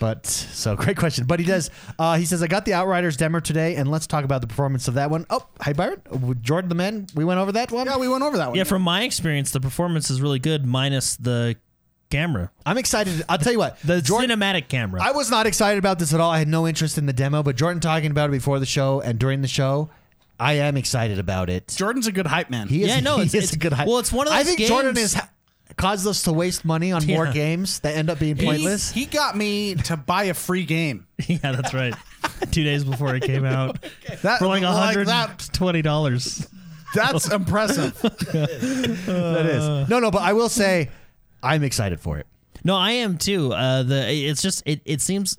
A: but so great question. But he does. Uh, he says, "I got the Outriders demo today, and let's talk about the performance of that one." Oh, hey Byron, With Jordan the man. We went over that one.
C: Yeah, we went over that one.
D: yeah. From my experience, the performance is really good, minus the camera,
A: I'm excited. I'll tell you what.
D: the
A: Jordan-
D: cinematic camera.
A: I was not excited about this at all. I had no interest in the demo, but Jordan talking about it before the show and during the show, I am excited about it.
J: Jordan's a good hype man.
A: He is,
D: Yeah, no,
A: he
D: it's-
A: is
D: it's-
A: a good hype.
D: well, it's one of
A: I
D: those
A: think Jordan
D: games-
A: has ha- caused us to waste money on more
D: Yeah.
A: games that end up being pointless.
J: He got me to buy a free game.
D: yeah, that's right. Two days before it came out,
J: That,
D: for like
J: like
D: hundred
J: that-
D: twenty dollars.
J: That's impressive.
A: that
D: uh,
A: is no, no, but I will say, I'm excited for it.
D: No, I am too. Uh, the it's just it, it seems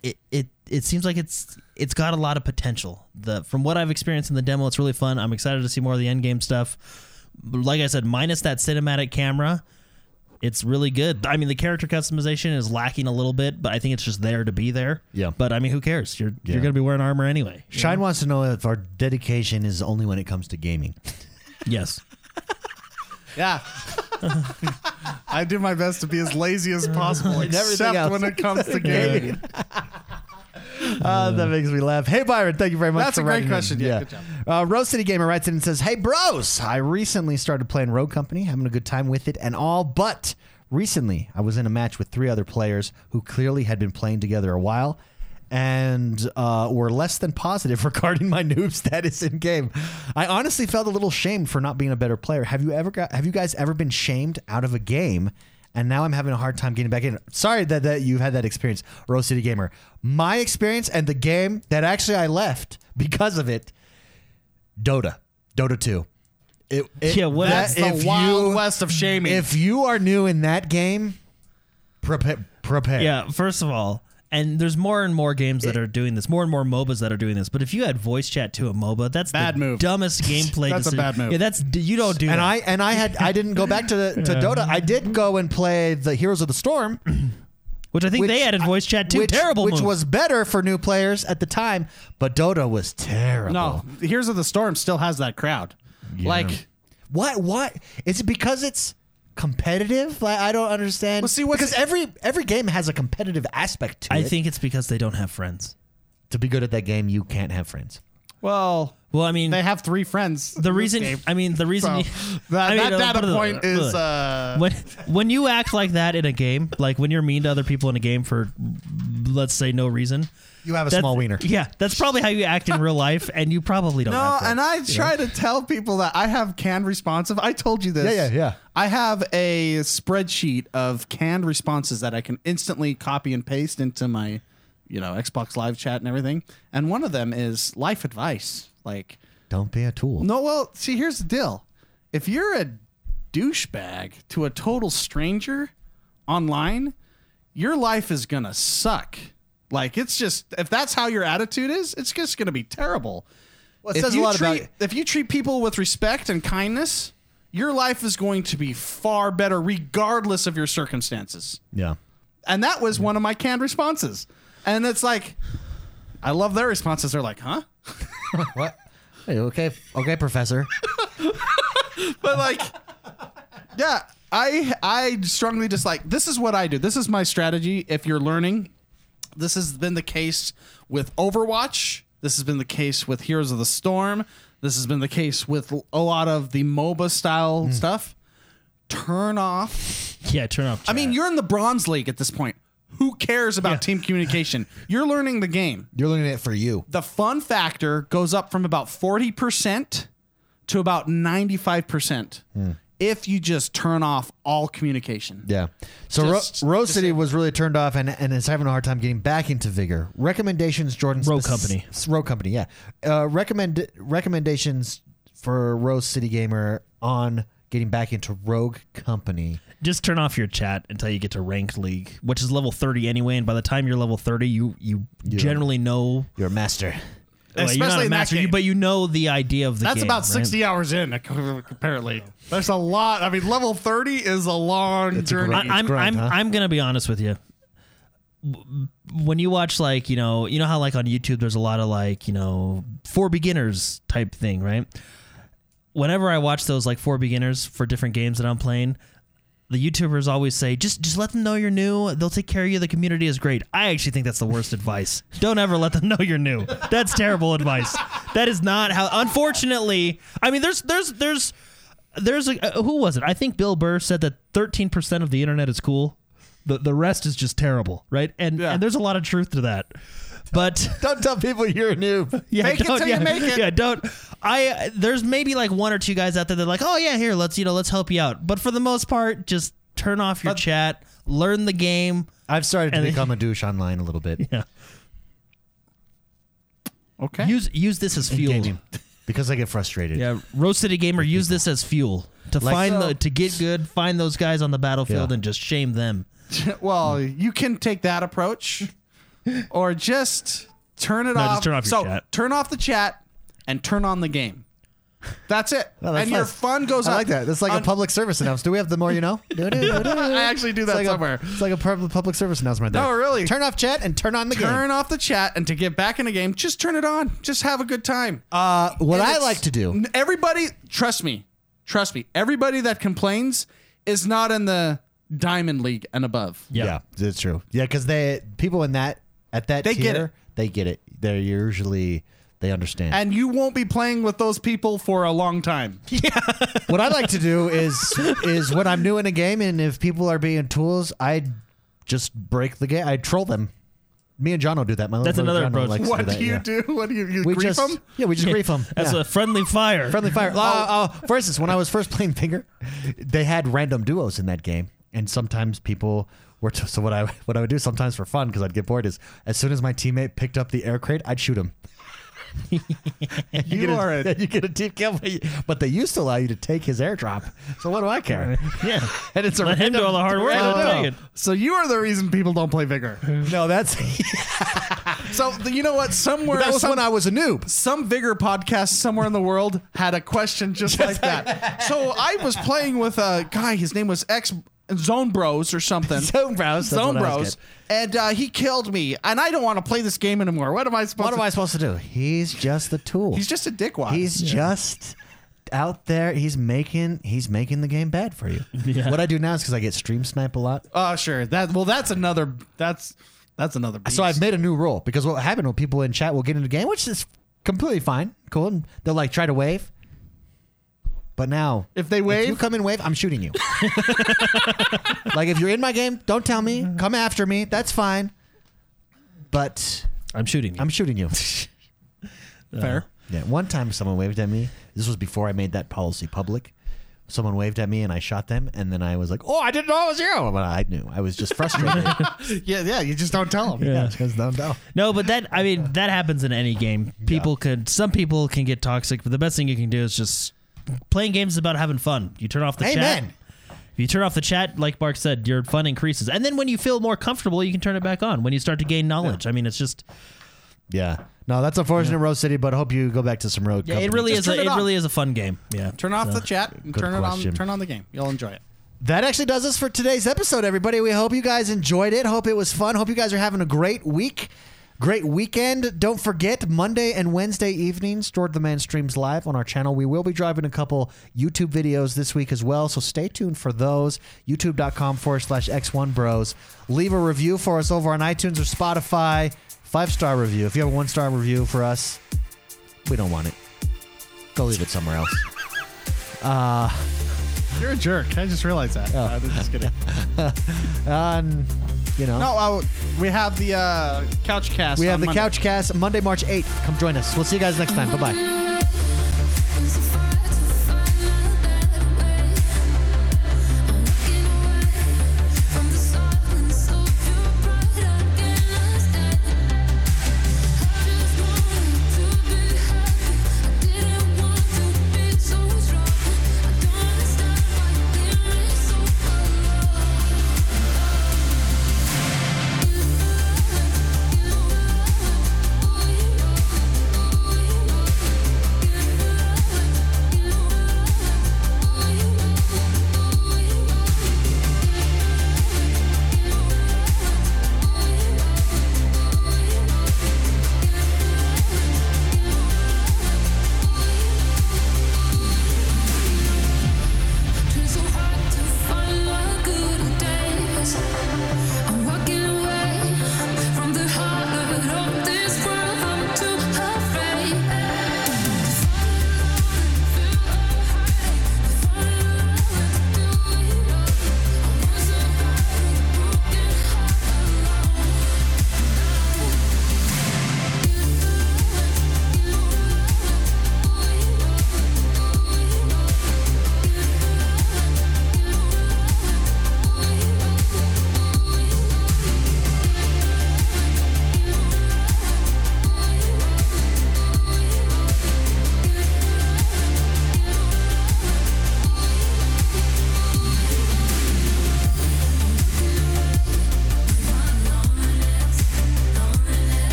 D: it, it it seems like it's it's got a lot of potential. The from what I've experienced in the demo, it's really fun. I'm excited to see more of the end game stuff. Like I said, minus that cinematic camera, it's really good. I mean, the character customization is lacking a little bit, but I think it's just there to be there.
A: Yeah.
D: But I mean, who cares? You're
A: Yeah.
D: you're gonna be wearing armor anyway.
A: Shine wants to know if our dedication is only when it comes to gaming.
D: Yes.
C: Yeah. I do my best to be as lazy as possible, except
A: else.
C: when it comes to gaming.
A: Uh, that makes me laugh. Hey, Byron, thank you very much.
C: That's
A: for
C: a great
A: writing in.
C: question. Yeah, good job.
A: Uh, Rose City Gamer writes in and says, "Hey, bros, I recently started playing Road Company, having a good time with it and all, but recently I was in a match with three other players who clearly had been playing together a while." And uh, were less than positive regarding my noob status in game. I honestly felt a little shamed for not being a better player. Have you ever got? Have you guys ever been shamed out of a game? and now I'm having a hard time getting back in. Sorry that, that you've had that experience, Rose City Gamer. My experience and the game that actually I left because of it, Dota, Dota 2. It, it-
D: Yeah, what-
A: that-
D: That's
C: The
A: if
C: wild
A: you,
C: west of shaming.
A: If you are new in that game, prepare. prepare.
D: Yeah, first of all, and there's more and more games that are doing this, more and more MOBAs that are doing this. But if you add voice chat to a MOBA, that's
C: Bad
D: the
C: move.
D: dumbest gameplay.
C: That's a
D: decision.
C: bad move.
D: Yeah, that's you don't do
A: And
D: that.
A: I and I had I didn't go back to the, to Dota. I did go and play the Heroes of the Storm,
D: which I think
A: which
D: they added
A: I-
D: voice chat to.
A: which-
D: Terrible
A: which
D: move.
A: was better for new players at the time. But Dota was terrible.
J: No, here's of the storm still has that crowd. Like,
A: What? What? Is it because it's competitive? Like, I don't understand.
J: Well, see, what's-
A: because every every game has a competitive aspect to
D: I
A: it.
D: think it's because they don't have friends.
A: to be good at that game, you can't have friends.
C: well,
D: Well, I mean,
C: they have three friends.
D: the reason. I mean, the reason.
C: So,
D: you-
C: that,
D: I mean,
C: that
D: uh,
C: data
D: but, uh,
C: point is
D: look.
C: uh,
D: when when you act like that in a game, like when you're mean to other people in a game for, let's say, no reason.
A: You have a
D: that's-
A: small wiener.
D: Yeah, that's probably how you act in real life, and you probably don't.
C: No,
D: have
C: and
D: friends.
C: I try to tell people that I have canned responsive. I told you this.
A: Yeah, yeah, yeah.
C: I have a spreadsheet of canned responses that I can instantly copy and paste into my, you know, Xbox Live chat and everything. And one of them is life advice. Like,
A: Don't be a tool.
C: no, well, see, here's the deal. If you're a douchebag to a total stranger online, your life is going to suck. Like, it's just, if that's how your attitude is, it's just going to be terrible.
A: Well,
C: If you treat- If you treat people with respect and kindness, your life is going to be far better, regardless of your circumstances.
A: Yeah.
C: And that was one of my canned responses. And it's like, I love their responses. They're like, huh?
A: What? Hey, okay, okay, Professor.
C: But like, yeah, I I strongly dislike. This is what I do. This is my strategy. If you're learning, this has been the case with Overwatch. This has been the case with Heroes of the Storm. This has been the case with a lot of the MOBA style stuff. Turn off.
D: yeah, turn off.
C: I mean, you're in the Bronze League at this point. Who cares about team communication? You're learning the game
A: You're looking at it for you.
C: the fun factor goes up from about 40% to about 95% if you just turn off all communication.
A: Yeah. So
C: Just-
A: Ro- Rose City was really turned off and, and is having a hard time getting back into vigor. Recommendations, Jordan.
D: Row
A: spec-
D: Company.
A: s- Row Company, yeah. Uh, recommend recommendations for Rose City Gamer on getting back into Rogue Company.
D: just turn off your chat until you get to ranked league, which is level 30 anyway. And by the time you're level 30, you you generally know,
A: Your master.
D: well, you're not
C: Especially
D: a
C: in that
D: master, you,
C: game.
D: but you know the idea of the
C: That's
D: game,
C: about
D: right?
C: 60 hours in, apparently. There's a lot. I mean, level 30 is a long journey.
D: I, I'm
A: grind, huh?
D: I'm I'm gonna be honest with you. W- When you watch like you know you know how like on YouTube there's a lot of like you know for beginners type thing, right? Whenever I watch those like for beginners for different games that I'm playing, the YouTubers always say just just let them know you're new. They'll take care of you. The community is great. I actually think that's the worst advice. Don't ever let them know you're new. That's terrible advice. That is not how. Unfortunately, I mean there's there's there's there's a uh, who was it? I think Bill Burr said that 13% of the internet is cool. The the rest is just terrible, right? And
C: Yeah.
D: and there's a lot of truth to that. But
A: Don't tell people you're a noob.
D: yeah,
C: Fake it
D: don't-
C: till you
D: yeah,
C: make it.
D: yeah, don't. I there's maybe like one or two guys out there that are like, oh yeah, here let's you know let's help you out. But for the most part, just turn off your chat, learn the game.
A: I've started to
D: And-
A: become a douche online a little bit.
D: Yeah,
C: Okay.
D: use use this as fuel.
A: Gaming. Because I get frustrated.
D: Yeah, Rose City Gamer, use this as fuel to
A: Like
D: find
A: so.
D: the, to get good, find those guys on the battlefield,
A: Yeah.
D: and just shame them.
C: well, you can take that approach, or just turn it
D: No,
C: off.
D: just turn off your
C: so
D: chat.
C: turn off the chat and turn on the game. That's it.
A: Oh, that's
C: and your
A: nice.
C: fun goes
A: I
C: up.
A: like that. That's like
C: Un-
A: a public service announcement. Do we have the more you know?
C: I actually do
A: It's
C: that
A: like a-
C: somewhere.
A: it's like a pub- public service announcement.
C: No,
A: there.
C: really.
A: Turn off chat and turn on the
C: turn
A: game.
C: off the chat and to get back in the game, just turn it on. Just have a good time.
A: Uh, what
C: And
A: I
C: it's-
A: like to do.
C: n- Everybody, trust me, trust me. Everybody that complains is not in the Diamond League and above.
A: Yeah, it's true. Yeah, because they people in that at that
C: They
A: tier,
C: get it.
A: they get it. They're usually they understand.
C: And you won't be playing with those people for a long time.
A: what I like to do is is when I'm new in a game and if people are being tools, I just break the game. I troll them. Me and John will do that. My little
D: That's
A: brother
D: another
A: John
D: approach.
A: likes to
C: What
A: that,
C: do you
A: yeah.
C: do? What do you, you
A: We
C: grief
A: just
C: 'em?
A: yeah, we just grief them.
D: That's
A: Um, yeah.
D: a friendly fire.
A: friendly fire. Uh, uh, for instance, when I was first playing Finger, they had random duos in that game, and sometimes people were. T- so what I what I would do sometimes for fun because I'd get bored is as soon as my teammate picked up the air crate, I'd shoot him. you, get
C: are
A: a,
C: a-
A: you get a deep kill, but, you- but they used to allow you to take his airdrop. So what do I care?
D: yeah,
A: And it's a
D: let him do all the hard work.
A: random
D: I'll
A: duo.
D: take it.
C: So you are the reason people don't play Vigor.
A: No, that's
C: So th- you know what? Somewhere
A: that was
C: some,
A: when I was a noob.
C: some Vigor podcast somewhere in the world had a question just like that. So I was playing with a guy. His name was X Zone Bros or something.
A: Zone bros. that's
C: Zone
A: what I was
C: Bros.
A: getting.
C: And uh, he killed me, and I don't want to play this game anymore. What am I supposed?
A: What am
C: to
A: I supposed to do? He's just the tool.
C: He's just a dickwad.
A: He's just out there. He's making he's making the game bad for you. What I do now is because I get stream snipe a lot.
C: oh sure. That well, that's another. That's that's another. Beast.
A: So I've made a new rule because what happened when people in chat will get into the game, which is completely fine, cool, and they'll like try to wave. But now,
C: If they
A: if you
C: wave-
A: come and wave, I'm shooting you. like if you're in my game, don't tell me. Come after me. That's fine. But
D: I'm shooting. You.
A: I'm shooting you.
C: fair.
A: Yeah, one time someone waved at me. This was before I made that policy public. Someone waved at me and I shot them, and then I was like, "Oh, I didn't know it was you." Well, I knew. I was just frustrated.
C: Yeah, yeah. You just don't tell him.
A: yeah, because don't know.
D: No, but that I mean that happens in any game. People could some people can get toxic, but the best thing you can do is just playing games is about having fun. You turn off the
A: Amen.
D: chat. If you turn off the chat, like Mark said, your fun increases. And then when you feel more comfortable, you can turn it back on when you start to gain knowledge. I mean, it's just
A: Yeah, no, that's unfortunate, Rose City. But I hope you go back to some road.
D: yeah, it
A: company.
D: really
C: Just
D: is
C: turn
D: a,
C: it
D: it
C: on.
D: really is a fun game. Yeah.
C: Turn off the chat and
A: Good
C: turn
A: question.
C: it on. Turn on the game. You'll enjoy it.
A: That actually does us for today's episode, everybody. We hope you guys enjoyed it. Hope it was fun. Hope you guys are having a great week, great weekend. Don't forget, Monday and Wednesday evenings, George the Man streams live on our channel. We will be driving a couple YouTube videos this week as well, so stay tuned for those. YouTube.com forward slash X1 Bros. Leave a review for us over on iTunes or Spotify. Five star review. If you have a one star review for us, we don't want it. Go leave it somewhere else.
C: You're a jerk. I just realized that. Uh, I'm just kidding.
A: Um, you know.
C: No, uh, we have the uh, couch cast.
A: We have
C: on
A: the
C: Monday.
A: Couch Cast Monday, March 8th. Come join us. We'll see you guys next time. Bye bye.